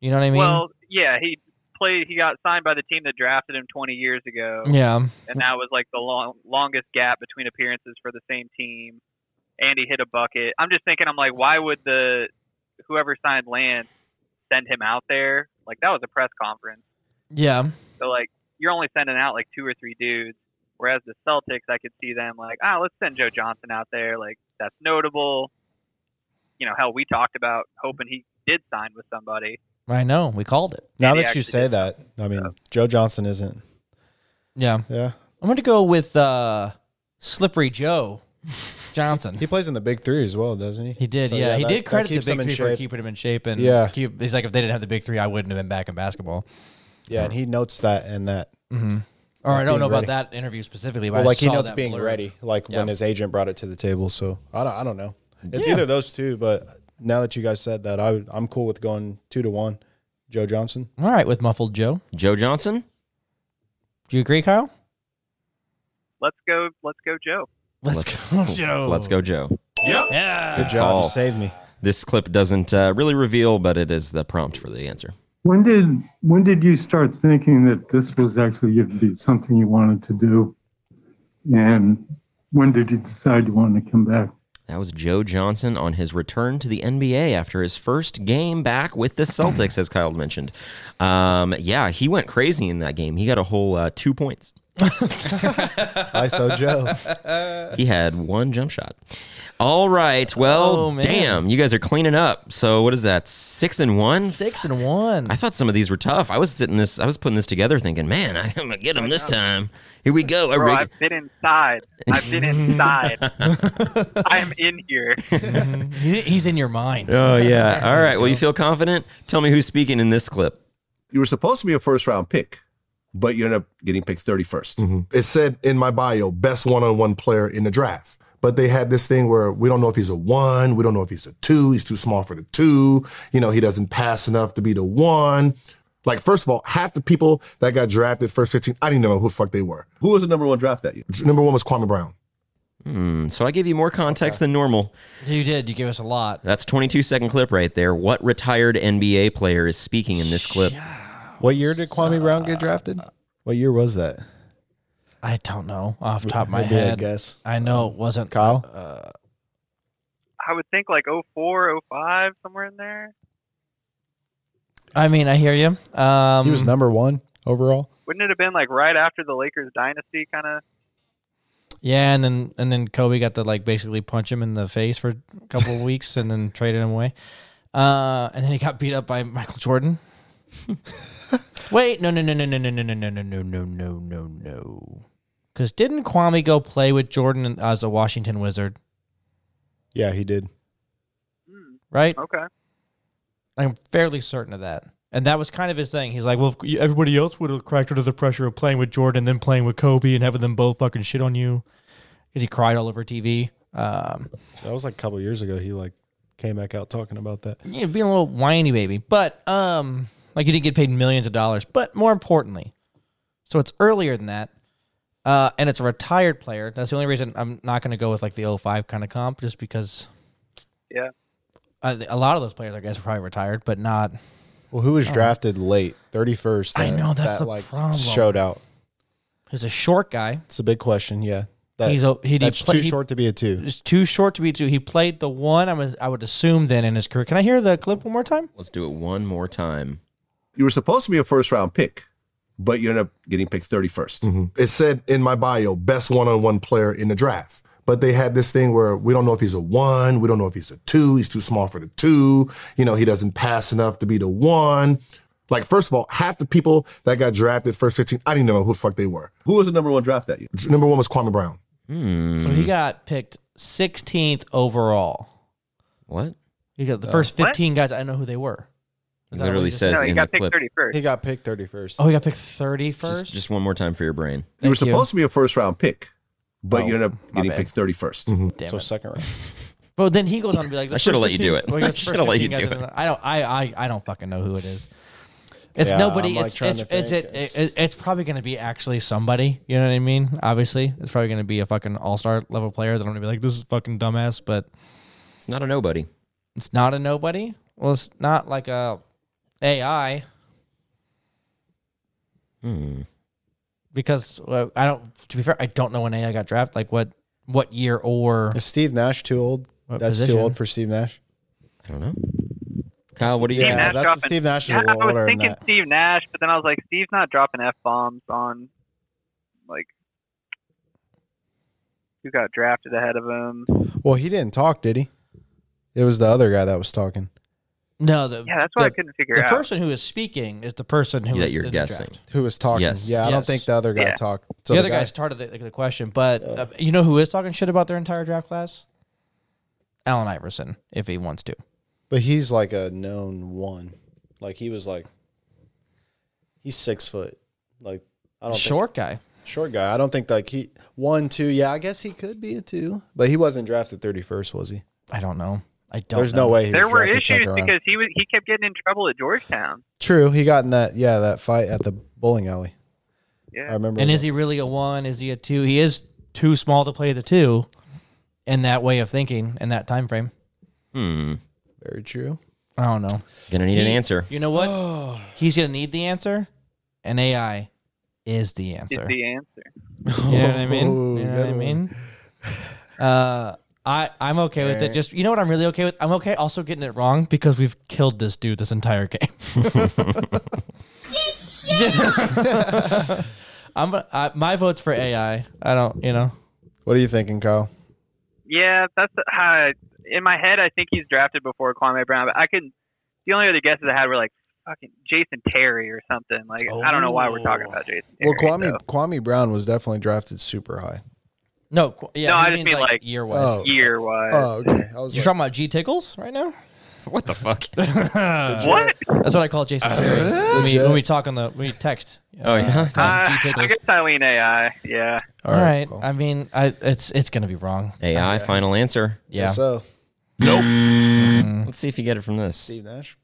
You know what I mean? Well, yeah, he played. He got signed by the team that drafted him 20 years ago. Yeah. and that was like the long, longest gap between appearances for the same team. And he hit a bucket. I'm just thinking, I'm like, why would the whoever signed Lance send him out there? Like that was a press conference. yeah. So like you're only sending out like two or three dudes. Whereas the Celtics, I could see them like, ah, let's send Joe Johnson out there. Like that's notable. You know, hell, we talked about hoping he did sign with somebody. I know. We called it. Now Maybe that you actually say that, I mean, Joe Johnson isn't. Yeah. Yeah. I'm going to go with uh, Slippery Joe Johnson. He plays in the big three as well, doesn't he? He did, So, yeah. He that- did that credit the keeps big him in three for shape. keeping him in shape, and Yeah. keep, he's like, if they didn't have the big three, I wouldn't have been back in basketball. Yeah, and he notes that and that. Mm-hmm. Or I Like don't being know ready. about that interview specifically, but Well, I like he saw notes that being blurb. ready, like Yeah. when his agent brought it to the table. So I don't, I don't know. It's Yeah. either those two, but now that you guys said that, I would- I'm cool with going two to one. Joe Johnson. All right, with muffled Joe. Joe Johnson. Do you agree, Kyle? Let's go. Let's go, Joe. Let's go, Joe. Let's go, Joe. Yep. Yeah. Good job. You Call. saved me. This clip doesn't uh, really reveal, but it is the prompt for the answer. When did when did you start thinking that this was actually going to be something you wanted to do, and when did you decide you wanted to come back? That was Joe Johnson on his return to the NBA after his first game back with the Celtics, as Kyle mentioned. Um, yeah, he went crazy in that game. He got a whole uh, two points. I saw Joe. He had one jump shot. All right. Well, Oh, man. damn, you guys are cleaning up. So what is that? Six and one. Six and one. I thought some of these were tough. I was sitting this. I was putting this together, thinking, man, I'm gonna get him this time. Here we go. A Bro, reg- I've been inside. I've been inside. I'm in here. He- He's in your mind. Oh yeah. All right. Well, you feel confident? Tell me who's speaking in this clip. You were supposed to be a first round pick, but you ended up getting picked 31st. It said in my bio, best one on one player in the draft. But they had this thing where we don't know if he's a one, we don't know if he's a two, he's too small for the two, you know, he doesn't pass enough to be the one. Like, first of all, half the people that got drafted first 15, I didn't know who the fuck they were. Who was the number one draft that year? Number one was Kwame Brown. Hmm, so I gave you more context than normal. You did. You gave us a lot. That's 22 second clip right there. What retired NBA player is speaking in this clip? What year did Uh, Kwame Brown get drafted? What year was that? I don't know off the top of my Maybe a head. guess. I know it wasn't Kyle? Uh, I would think like 04, 05, somewhere in there. I mean, I hear you. Um, he was number one overall. Wouldn't it have been like right after the Lakers dynasty kind of? Yeah, and then and then Kobe got to like basically punch him in the face for a couple of weeks, and then traded him away. Uh, and then he got beat up by Michael Jordan. Wait, no, no, no, no, no, no, no, no, no, no, no, no, no, no, no. Because didn't Kwame go play with Jordan in- as a Washington Wizard? Yeah, he did. Right, Okay. I'm fairly certain of that. And that was kind of his thing. He's like, well, if everybody else would have cracked under the pressure of playing with Jordan, then playing with Kobe, and having them both fucking shit on you. Because he cried all over TV. Um, That was like a couple years ago. He like came back out talking about that. you know, being a little whiny baby, but um, like you didn't get paid millions of dollars. But more importantly, so it's earlier than that, uh, and it's a retired player. That's the only reason I'm not going to go with like the 05 kind of comp, just because Yeah. uh, a lot of those players, I guess, are probably retired, but not. Well, who was Oh. drafted late, thirty first? I know, that's the like problem. showed out. He's a short guy. It's a big question. Yeah, He's a- he- he that's play- too he- short to be a two. It's too short to be two. He played the one. I was, I would assume then in his career. Can I hear the clip one more time? Let's do it one more time. You were supposed to be a first round pick, but you ended up getting picked 31st. It said in my bio, best one on one player in the draft. But they had this thing where we don't know if he's a one, we don't know if he's a two, he's too small for the two, you know, he doesn't pass enough to be the one. Like, first of all, half the people that got drafted first 15, I didn't know who the fuck they were. Who was the number one draft that year? Number one was Kwame Brown. Hmm, So Mm-hmm. he got picked 16th overall. What? He got the Uh, first What? 15 guys. I know who they were. Is that what Literally you just says in the clip. He got picked thirty first. Oh, he got picked 31st. Just, just one more time for your brain. You were Thank you. supposed to be a first round pick, but Oh, you ended up my getting bad. picked 31st. Damn so it. second round. Mm-hmm. But then he goes on to be like, the I shoulda first let you do 15 it. well, he I goes, the first shoulda let you 15 do guys- I don't. I, I. I don't fucking know who it is. It's Yeah, nobody. I'm, like, It's trying it's to it's, think. it, it, it- it's probably going to be actually somebody. You know what I mean? Obviously, it's probably going to be a fucking all star level player that I'm going to be like, this is fucking dumbass. But It's not a nobody. it's not a nobody. Well, it's not like a AI Hmm. because uh, I don't. To be fair, I don't know when AI got drafted. Like what what year or Is Steve Nash too old? What that's position? too old for Steve Nash. I don't know. Kyle, what do you Yeah, think? Nash that's dropping- Steve Nash is yeah, a little I older was than thinking that. Steve Nash, but then I was like, Steve's not dropping f bombs on like who got drafted ahead of him. Well, he didn't talk, did he? It was the other guy that was talking. no? The, Yeah, that's what I the- couldn't figure the out. person who is speaking is the person who That is you're in the guessing. draft. Who was talking? Yes. Yeah, I don't Yes. think the other guy Yeah. talked. the other guy started the, the question, but uh, you know who is talking shit about their entire draft class? Allen Iverson, if he wants to. But he's like a known one. Like he was like he's six foot. Like I don't Short guy. think, short guy. I don't think like he one, two, yeah, I guess he could be a two. But he wasn't drafted thirty first, was he? I don't know. I don't. There's know. no way he There was were drafted issues second round. because he was he kept getting in trouble at Georgetown. True, he got in that yeah, that fight at the bowling alley. Yeah. I remember And that. is he really a one? Is he a two? He is too small to play the two, in that way of thinking, in that time frame. Hmm. very true. I don't know. Gonna need an He- answer. You know what? He's gonna need the answer, and AI is the Is answer. the answer. You know what I mean? Oh, You know good what I one. mean? Uh, I I'm okay with it. Alright. Just you know what I'm really okay with. I'm okay also getting it wrong because we've killed this dude this entire game. I'm I, my vote's for AI. I don't, you know. What are you thinking, Kyle? Yeah, that's uh, in my head. I think he's drafted before Kwame Brown, but I could. The only other guesses I had were like fucking Jason Terry or something. Like I don't know why we're talking about Jason. Terry, Oh. Well Kwame so. Kwame Brown was definitely drafted super high. No, qu- yeah, no, he I just means, mean like, year wise. Oh. year Uh, wise. Oh, okay. I was You're talking about G tickles right now? What the fuck? what? That's what I call Jason Terry. When we, when we talk on the when we text. Oh, yeah? G Uh, I tickles. guess I lean AI. Yeah. All right. I mean, I it's it's gonna be wrong. AI, final answer. Yeah. So Let's see if you get it from this. Steve Nash.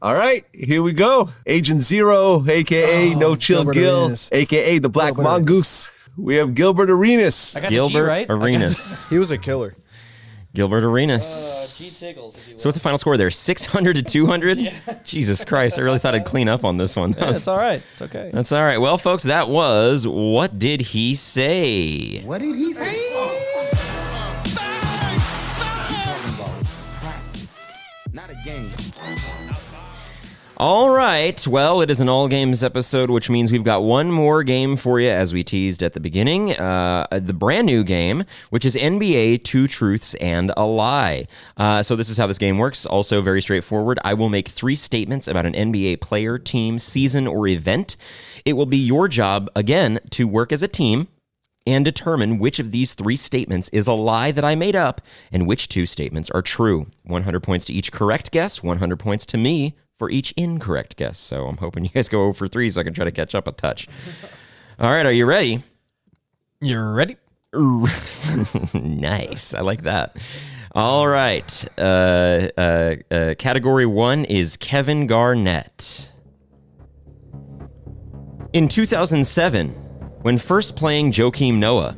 All right, here we go. Agent Zero, aka No Chill Oh, Gilbert Gil, Arenas. aka the Black Mongoose. We have Gilbert Arenas. I got the G, Gilbert right? I got- Arenas. he was a killer. Gilbert Arenas. so what's the final score there? 600 to 200? Jesus Christ, I really thought I'd clean up on this one. That Yeah, was- it's all right. It's okay. That's all right. Well, folks, that was What Did He Say? What did he say? Not a game. All right. Well, it is an all games episode, which means we've got one more game for you, as we teased at the beginning. Uh, the brand new game, which is NBA Two Truths and a Lie. Uh, so, this is how this game works. Also, very straightforward. I will make three statements about an NBA player, team, season, or event. It will be your job, again, to work as a team and determine which of these three statements is a lie that I made up and which two statements are true. 100 points to each correct guess, 100 points to me for each incorrect guess. So I'm hoping you guys go over 3 so I can try to catch up a touch. All right, are you ready? You're ready? nice. I like that. All right. Uh, uh, uh, category one is Kevin Garnett. In 2007, when first playing Joakim Noah,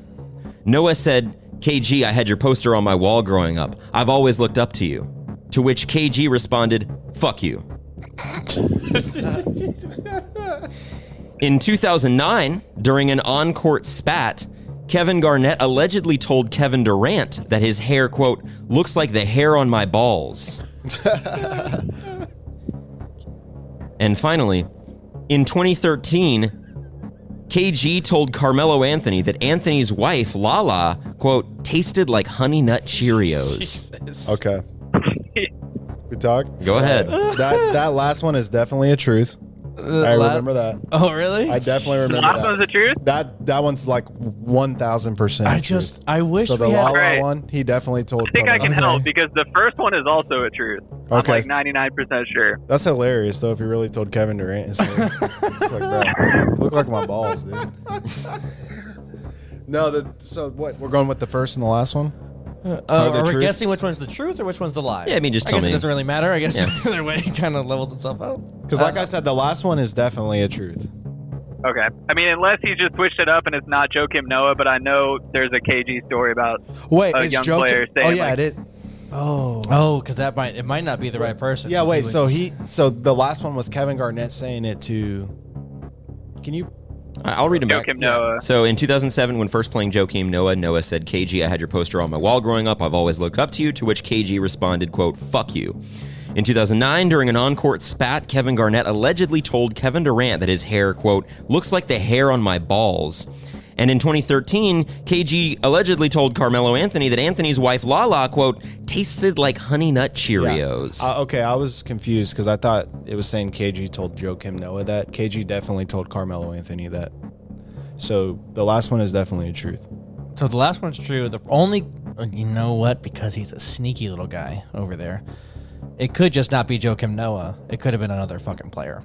Noah said, KG, I had your poster on my wall growing up. I've always looked up to you. To which KG responded, Fuck you. In 2009, during an on court spat, Kevin Garnett allegedly told Kevin Durant that his hair, quote, looks like the hair on my balls. and finally, in 2013, KG told Carmelo Anthony that Anthony's wife, Lala, quote, tasted like Honey Nut Cheerios. Okay. Good talk. Go ahead. That that last one is definitely a truth. I la- remember that. Oh, really? I definitely The remember last that. one's the truth. That that one's like one thousand percent. I just- I wish So the we had- Lala Right. one, he definitely told. I think I can Carmelo. help because the first one is also a truth. I'm Okay. like 99% sure. That's hilarious though. If you really told Kevin Durant, it's like, it's like bro, look like my balls, dude. No, the so what we're going with the first and the last one. Uh, Are are they we true? guessing which one's the truth or which one's the lie? Yeah, I mean, just I tell guess me. it doesn't really matter. I guess Yeah. either way, it kind of levels itself out. Because like I said, the last one is definitely a truth. Okay. I mean, unless he just switched it up and it's not Joe Kim Noah, but I know there's a KG story about Wait, a it's young Joe player Kim- saying, oh yeah, like, it is. Oh, Oh, because that might it might not be the right person. yeah. Wait, would- so he so the last one was Kevin Garnett saying it to. Can you? I- I'll read him back. Joakim Noah. So in 2007, when first playing Joakim Noah, Noah said, "KG, I had your poster on my wall growing up. I've always looked up to you." To which KG responded, "Quote, fuck you." In 2009, during an on-court spat, Kevin Garnett allegedly told Kevin Durant that his hair, quote, looks like the hair on my balls. And in 2013, KG allegedly told Carmelo Anthony that Anthony's wife Lala, quote, tasted like honey nut Cheerios. Uh, okay, I was confused because I thought it was saying KG told Joe Kim Noah that. KG definitely told Carmelo Anthony that. So the last one is definitely a truth. So the last one's true. The only uh, you know what? Because he's a sneaky little guy over there. It could just not be Joakim Noah. It could have been another fucking player.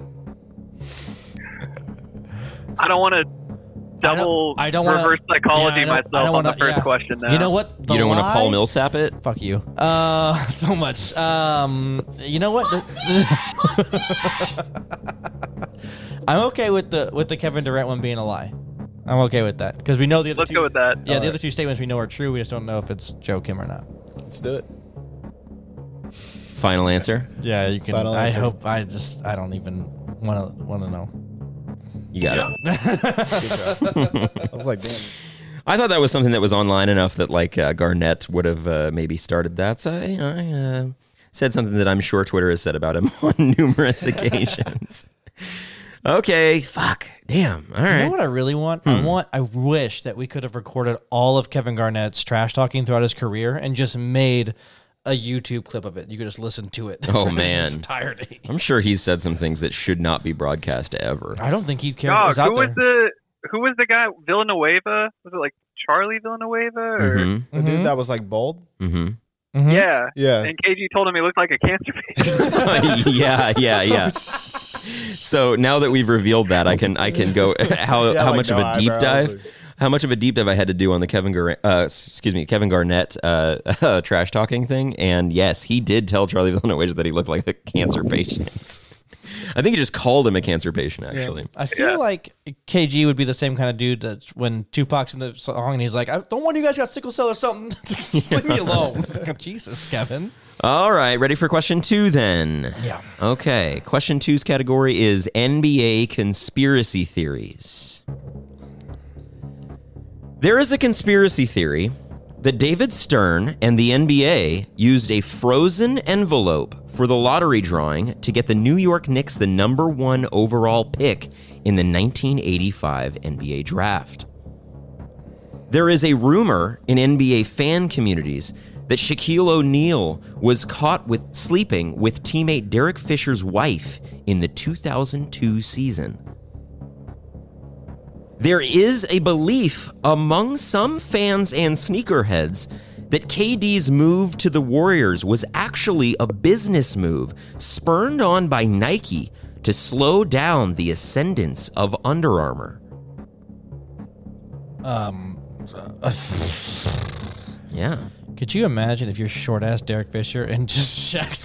I don't want to double I don't wanna- reverse psychology yeah, I don't- myself I don't on the wanna- first yeah. question. Though. You know what? The you don't want lie- to Paul Millsap it? Fuck you. Uh, so much. Um, you know what? I'm okay with the with the Kevin Durant one being a lie. I'm okay with that because we know the other. Let's two, go with that. Yeah, the Alright. other two statements we know are true. We just don't know if it's Joe Kim or not. Let's do it. Final answer. Yeah, you can. Final I answer. hope. I just. I don't even want to want to know. You got it. I was like, damn. I thought that was something that was online enough that like uh, Garnett would have uh, maybe started that. So I, you know, I uh, said something that I'm sure Twitter has said about him on numerous occasions. okay, fuck, damn. All You right. know what I really want? I Hmm. want. I wish that we could have recorded all of Kevin Garnett's trash talking throughout his career and just made a YouTube clip of it. You could just listen to it. Oh for its man, entirety. I'm sure he's said some things that should not be broadcast ever. I don't think he'd care. if it Dog, was who out was there. the who was the guy Villanueva? Was it like Charlie Villanueva? Or, Mhm. The dude that was like bold. Mm-hmm. Yeah. Yeah. And KG told him he looked like a cancer patient. yeah, yeah, yeah. So now that we've revealed that, I can I can go how Yeah, how like much of no a deep eyebrows dive. or- How much of a deep dive I had to do on the Kevin Garnett, uh, s- excuse me, Kevin Garnett uh, trash talking thing, and yes, he did tell Charlie Villanueva that he looked like a cancer patient. I think he just called him a cancer patient. Actually, I feel like KG would be the same kind of dude that when Tupac's in the song and he's like, I don't want you guys got sickle cell or something. Just leave me alone. Jesus, Kevin. All right, ready for question two then? Yeah. Okay, question two's category is NBA conspiracy theories. There is a conspiracy theory that David Stern and the NBA used a frozen envelope for the lottery drawing to get the New York Knicks the number one overall pick in the 1985 NBA draft. There is a rumor in NBA fan communities that Shaquille O'Neal was caught with sleeping with teammate Derek Fisher's wife in the 2002 season. There is a belief among some fans and sneakerheads that KD's move to the Warriors was actually a business move spurned on by Nike to slow down the ascendance of Under Armour. Um, yeah. Could you imagine if you're short ass Derek Fisher and just Shaq's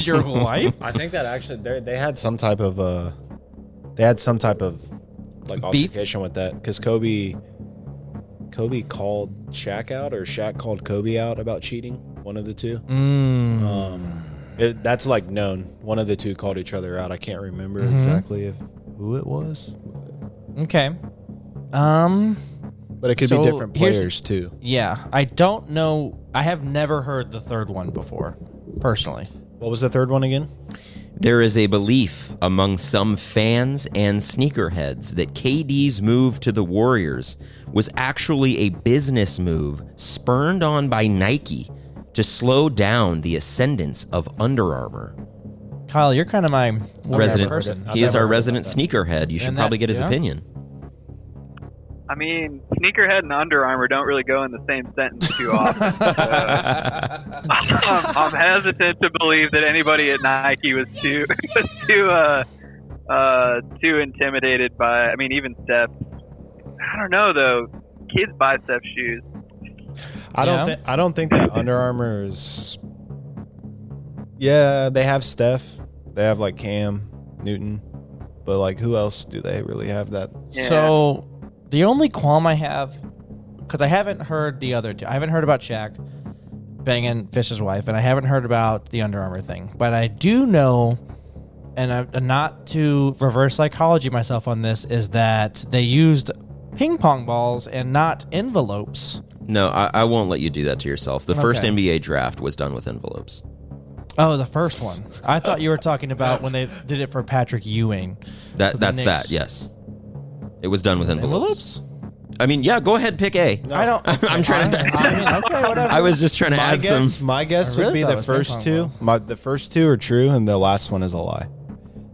your wife? I think that actually they they had some type of uh, they had some type of like Beef? altercation with that because Kobe, Kobe called Shaq out or Shaq called Kobe out about cheating. One of the two. Mm. Um, it, that's like known. One of the two called each other out. I can't remember Mhm. exactly if who it was. Okay. Um, But it could be different here's- players, too. Yeah, I don't know. I have never heard the third one before, personally. What was the third one again? There is a belief among some fans and sneakerheads that KD's move to the Warriors was actually a business move spurned on by Nike to slow down the ascendance of Under Armor. Kyle, you're kind of my A resident resident, person. he is our resident sneakerhead. You should And that- probably get his yeah. opinion. I mean, sneakerhead and Under Armour don't really go in the same sentence too often. so, um, I'm, I'm hesitant to believe that anybody at Nike was too was too uh, uh, too intimidated by. I mean, even Steph. I don't know though. Kids buy Steph shoes. I don't. Yeah. Thi- I don't think that Under Armour is. Yeah, they have Steph. They have like Cam Newton, but like who else do they really have that? So the only qualm I have, because I haven't heard the other two, I haven't heard about Shaq banging Fish's wife, and I haven't heard about the Under Armour thing, but I do know, and I, and not to reverse psychology myself on this, is that they used ping pong balls and not envelopes. No, I, I won't let you do that to yourself. The first Okay. NBA draft was done with envelopes. Oh, the first one. I thought you were talking about when they did it for Patrick Ewing. That So the that's Knicks- that. Yes, it was done with envelopes. envelopes? I mean, yeah. Go ahead, pick A. I don't. I'm trying to. I mean, okay, whatever. I was just trying to my add guess, some. My guess I really would be thought it the was ping first pong two. My, the first two are true, and the last one is a lie.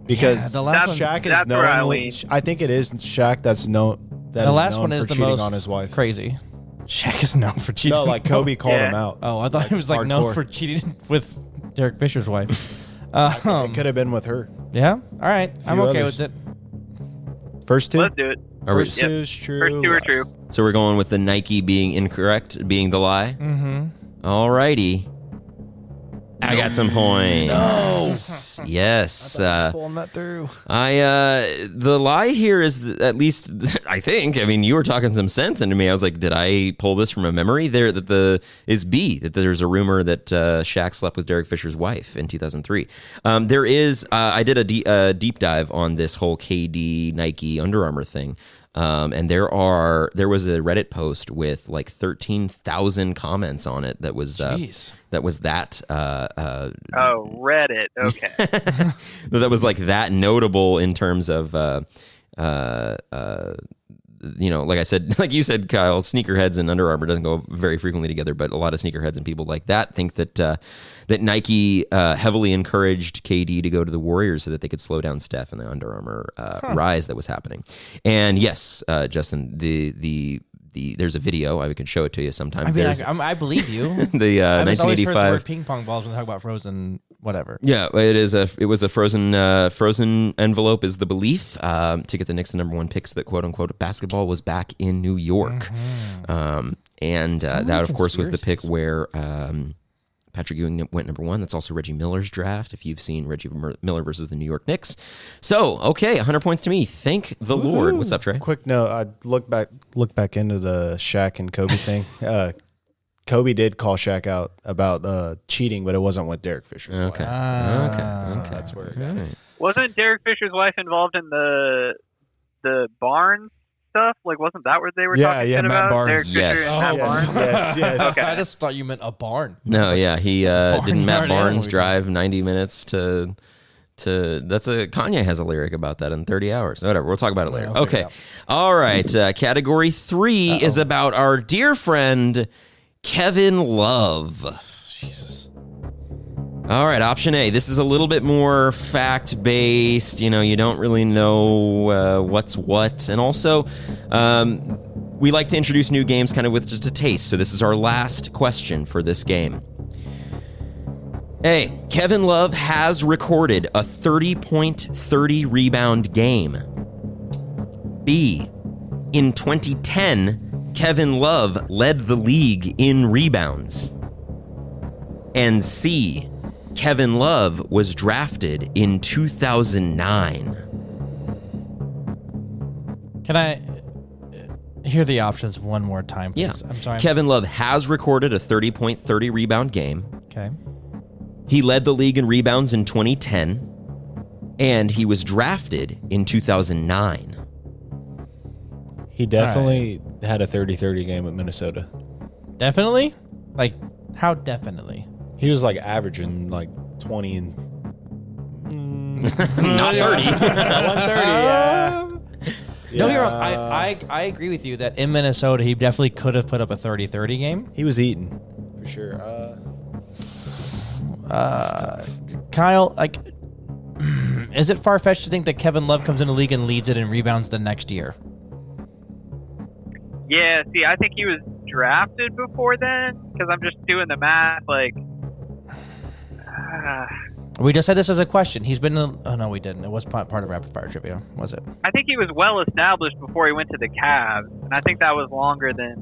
Because the last one- Shaq is That's where I knowingly. lean. I think it is Shaq that's known. That the is last known one for is the cheating most on his wife. crazy. Shaq is known for cheating. No, like Kobe called him Yeah. out. Oh, I thought Like, he was like known hardcore. for cheating with Derek Fisher's wife. Um, it could have been with her. yeah. All right. Few I'm okay others. with it. First two. Let's do it. Are we- First Yep. two is true. First two are last- true. So we're going with the Nike being incorrect, being the lie. Mhm. All righty. I got some points. No. Yes. uh, Pulling that through. I uh the lie here is th- at least I think I mean you were talking some sense into me. I was like, did I pull this from a memory? There that the is B that there's a rumor that uh, Shaq slept with Derek Fisher's wife in 2003. Um, there is uh, I did a de- uh, deep dive on this whole KD Nike Under Armour thing. Um, and there are there was a Reddit post with like thirteen thousand comments on it that was uh, Jeez. that was that uh, uh, Oh, Reddit. Okay. that was like that notable in terms of uh, uh, uh, you know like i said like you said kyle sneakerheads and under armor doesn't go very frequently together but a lot of sneakerheads and people like that think that uh, that nike uh, heavily encouraged kd to go to the warriors so that they could slow down steph and the under armor uh, rise that was happening and yes uh, justin the the the, there's a video I can show it to you sometime. I mean, I, There's- I'm- I believe you. the uh, I just always heard the 1985 word ping pong balls when they talk about Frozen, whatever. yeah, it is a it was a frozen uh, frozen envelope is the belief um, to get the Knicks the number one pick so that quote unquote basketball was back in New York, um, and uh, many that of course was the pick conspiracies. where um, Patrick Ewing went number one. That's also Reggie Miller's draft. If you've seen Reggie Mer- Miller versus the New York Knicks, so okay, 100 points to me. Thank the Lord. What's up, Trey? Quick note: I look back, look back into the Shaq and Kobe thing. Uh, Kobe did call Shaq out about uh, cheating, but it wasn't with Derek Fisher's wife. Okay, okay, so that's where it got. Wasn't Derek Fisher's wife involved in the the Barnes stuff? Like, wasn't that what they were Yeah, talking yeah, shit Matt about? Barnes. Derek Fisher Yes. and Matt Oh, Barnes. yes, yes. Okay. I just thought you meant a barn. No, yeah, he uh, didn't. Matt Barnyard animal Barnes we drive ninety minutes to to. That's a Kanye has a lyric about that in thirty hours. Whatever, we'll talk about it later. I'll figure okay, all right. Uh, category 3 is about our dear friend Kevin Love. Jesus. All right, option A. This is a little bit more fact based. You know, you don't really know uh, what's what. And also, um, we like to introduce new games kind of with just a taste. So, this is our last question for this game. A. Kevin Love has recorded a 30 point, 30 rebound game. B. In 2010, Kevin Love led the league in rebounds. And C. Kevin Love was drafted in 2009. Can I uh, hear the options one more time, Yeah. please? I'm sorry. Kevin Love has recorded a 30 point, 30 rebound game. Okay. He led the league in rebounds in 2010. And he was drafted in 2009. He definitely had a 30-30 game with Minnesota. Definitely? Like, how definitely? He was like averaging like twenty and not thirty. One thirty. Yeah. No, you're wrong. I, I, I agree with you that in Minnesota, he definitely could have put up a 30 30 game. He was eating for sure. Uh, Uh, Kyle, like, is it far fetched to think that Kevin Love comes in the league and leads it in rebounds the next year? Yeah, see, I think he was drafted before then because I'm just doing the math. Like, ah. We just had this as a question. He's been. In, oh no, we didn't. It was part part of rapid fire trivia, was it? I think he was well established before he went to the Cavs, and I think that was longer than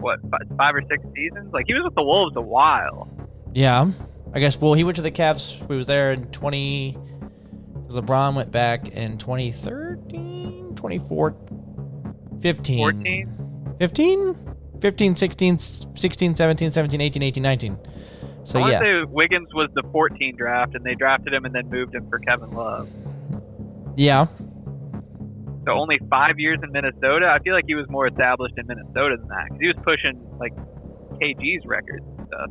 what fi- five or six seasons. Like he was with the Wolves a while. Yeah, I guess. Well, he went to the Cavs. We was there in twenty. 'cause LeBron went back in 2013, 24, 15, 15, 15, 16, 16, 17, 17, 18, 18, 19. So I wanna yeah, say Wiggins was the 14 draft, and they drafted him and then moved him for Kevin Love. yeah. So only five years in Minnesota. I feel like he was more established in Minnesota than that 'cause he was pushing like KG's records and stuff.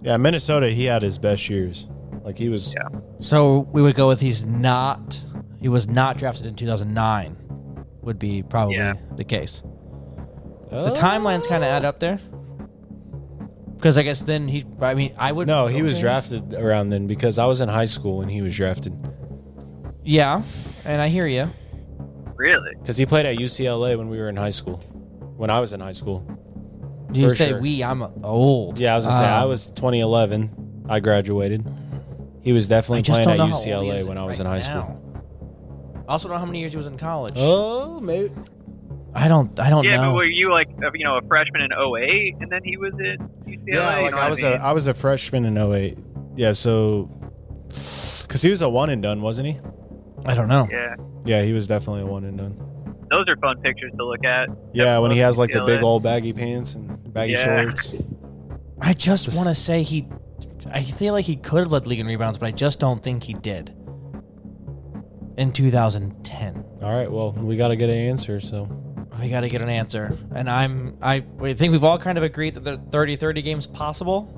yeah, Minnesota. He had his best years. Like he was. So we would go with he's not. He was not drafted in 2009. Would be probably the case. Oh. Uh, The timelines kind of add up there. Because I guess then he. I mean, I would. No, he was okay. drafted around then because I was in high school when he was drafted. Yeah, and I hear you. Really? Because he played at UCLA when we were in high school. When I was in high school. You For say sure. we. I'm old. Yeah, I was gonna say I Um, was 2011. I graduated. He was definitely I just playing at don't know how old he UCLA is when I was right in high now. I also don't know how many years he was in college. Oh, maybe. I don't. I don't yeah, know. but were you like a- you know a freshman in 08, and then he was at UCLA? Yeah, you like know I what was mean? a I was a freshman in 08. Yeah, so because he was a one and done, wasn't he? I don't know. Yeah, Yeah, he was definitely a one and done. those are fun pictures to look at. Yeah, when he has like the UCLA. big old baggy pants and baggy Yeah. shorts. I just want to say he. I feel like he could have led the league in rebounds, but I just don't think he did. In 2010, All right, well, we got to get an answer. So we got to get an answer, and I'm. I, I think we've all kind of agreed that the 30-30 game's possible.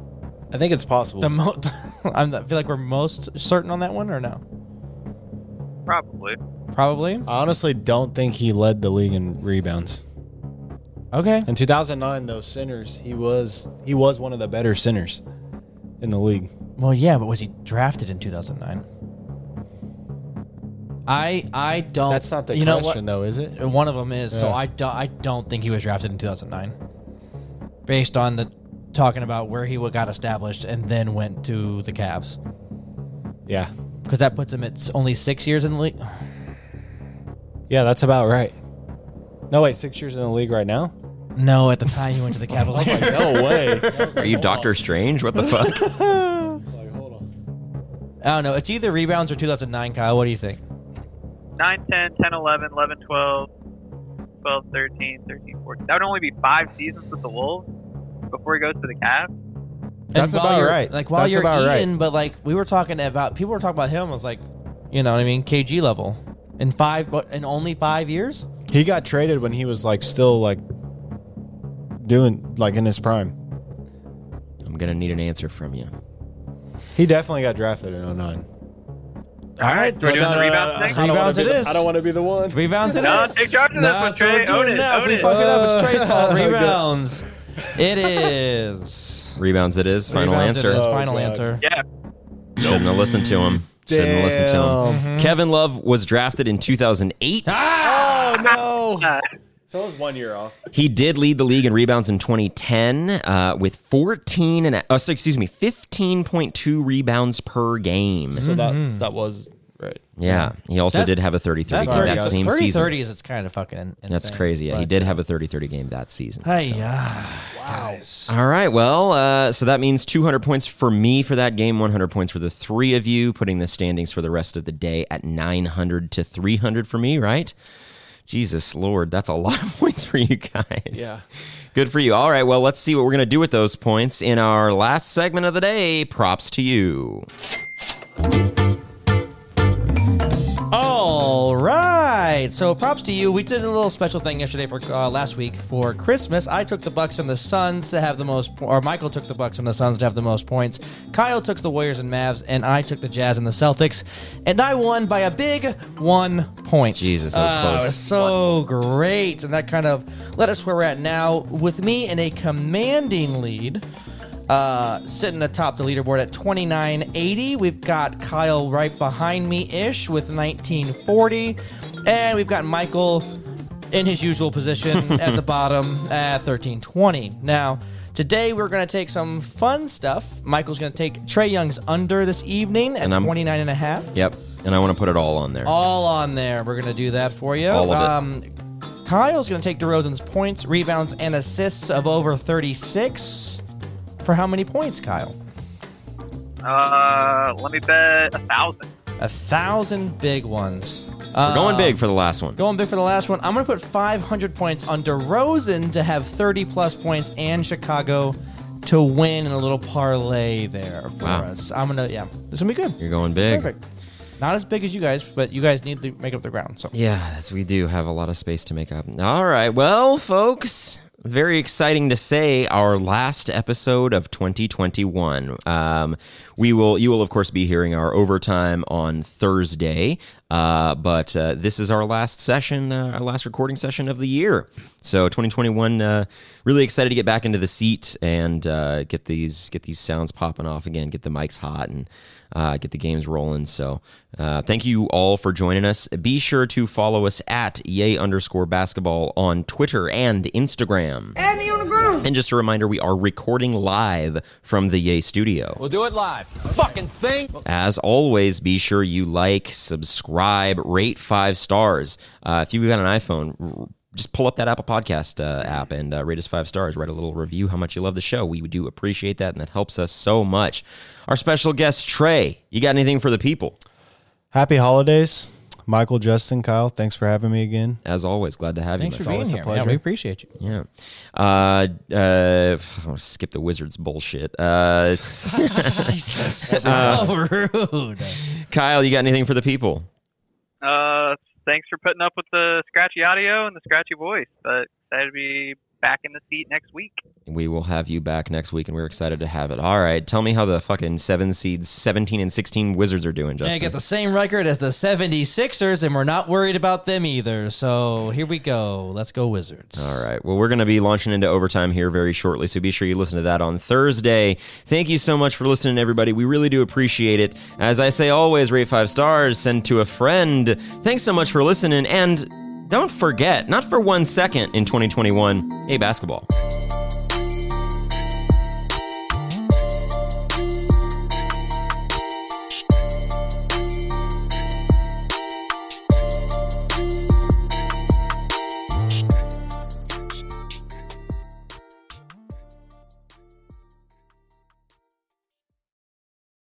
I think it's possible. The mo- I'm, I feel like we're most certain on that one, or no? Probably. Probably. I honestly don't think he led the league in rebounds. Okay. In 2009, though, centers he was he was one of the better centers in the league. Well, yeah, but was he drafted in 2009? I I don't. That's not the you know what? question, though, is it? One of them is. So Yeah. I don't. I don't think he was drafted in 2009. Based on the talking about where he wa- got established and then went to the Cavs, Yeah, because that puts him at s- only six years in the league. yeah, that's about right. No, wait, six years in the league right now. No, at the time he went to the Cavaliers. Oh, no way. Are you Doctor Strange? What the fuck? I don't know. It's either rebounds or 2009, Kyle. What do you think? 9, 10, 10, 11, 11, 12, 12, 13, 13, 14. That would only be five seasons with the Wolves before he goes to the Cavs. And That's while about you're- right. Like while That's you're about right. eating, but like we were talking about, people were talking about him. I was like, you know what I mean? KG level in five, what, in only five years. He got traded when he was like still like doing like in his prime. I'm gonna need an answer from you. He definitely got drafted in 09. All right, we're doing uh, the rebounds thing? I don't wanna Rebounds be it the- is. I don't want to be the one. Rebounds it No, is. take charge of this one, that's what Trey. we're doing Own it, now. If own we it. fuck it up, it's Trey's fault. Oh, Uh, good. Rebounds. it is. Rebounds. It is final Rebounds it answer. Oh, is. Oh. Final answer. Yeah. Shouldn't have listened to him. Shouldn't have listened to him. Mm-hmm. Damn. Kevin Love was drafted in 2008. Ah! Oh no! so it was one year off. He did lead the league in rebounds in 2010 uh, with 14 and uh, so- excuse me 15.2 rebounds per game. So that that was right. yeah, he also Mm-hmm. That- did have a 30-30 that game 30 that same 30 season. 30 is it's kind of fucking in- That's insane, crazy. Yeah, he but- did have a 30-30 game that season. Hey, uh, so. yeah. Wow. All right. Well, uh, so that means 200 points for me for that game, 100 points for the three of you, putting the standings for the rest of the day at 900 to 300 for me, right? Jesus Lord, that's a lot of points for you guys. Yeah. Good for you. All right. Well, let's see what we're going to do with those points in our last segment of the day. Props to you. All right. So props to you. We did a little special thing yesterday for uh, last week for Christmas. I took the Bucks and the Suns to have the most, po- or Michael took the Bucks and the Suns to have the most points. Kyle took the Warriors and Mavs, and I took the Jazz and the Celtics, and I won by a big one point. Jesus, that was Ah, close. it was so great, and that kind of led us where we're at now. With me in a commanding lead. Uh, sitting atop the leaderboard at 2980. We've got Kyle right behind me ish with 1940. And we've got Michael in his usual position at the bottom at 1320. Now, today we're going to take some fun stuff. Michael's going to take Trey Young's under this evening at And I'm- 29 and a half. Yep. And I want to put it all on there. All on there. We're gonna do that for you. All of it. Um, Kyle's gonna take DeRozan's points, rebounds, and assists of over 36. For how many points, Kyle? Uh, let me bet a thousand. A thousand big ones. We're going Um, big for the last one. Going big for the last one. I'm gonna put 500 points on DeRozan to have 30 plus points and Chicago to win in a little parlay there for Wow. us. I'm gonna yeah, this will be good. You're going big. Perfect. Not as big as you guys, but you guys need to make up the ground. So Yeah, that's, we do have a lot of space to make up. All right. Well, folks, very exciting to say our last episode of 2021. Um, we will, you will of course be hearing our overtime on Thursday, uh, but uh, this is our last session, uh, our last recording session of the year. So 2021, uh, really excited to get back into the seat and uh, get these get these sounds popping off again, get the mics hot and uh, get the games rolling. So uh, thank you all for joining us. Be sure to follow us at yay underscore basketball on Twitter and Instagram. Add me on the ground. And just a reminder, we are recording live from the Yay Studio. We'll do it live. Fucking thing. As always, be sure you like, subscribe, rate five stars. Uh, if you've got an iPhone, r- just pull up that Apple Podcast uh, app and uh, rate us five stars. Write a little review how much you love the show. We do appreciate that, and that helps us so much. Our special guest, Trey, you got anything for the people? Happy holidays, Michael, Justin, Kyle. Thanks for having me again. As always, glad to have Thanks you. for being here. Yeah, we appreciate you. Yeah. Uh, uh, I'll skip the Wizards bullshit. Uh, it's- Jesus, Uh, so rude. Kyle, you got anything for the people? Uh, thanks for putting up with the scratchy audio and the scratchy voice. But excited to be back in the seat next week. We will have you back next week, and we're excited to have it. All right, tell me how the fucking seven seeds, seventeen and sixteen Wizards are doing, They Justin. get the same record as the 76ers, and we're not worried about them either. So here we go. Let's go, Wizards. All right. Well, we're going to be launching into overtime here very shortly, so be sure you listen to that on Thursday. Thank you so much for listening, everybody. We really do appreciate it. As I say always, rate five stars, send to a friend. Thanks so much for listening, and don't forget, not for one second in 2021, a basketball.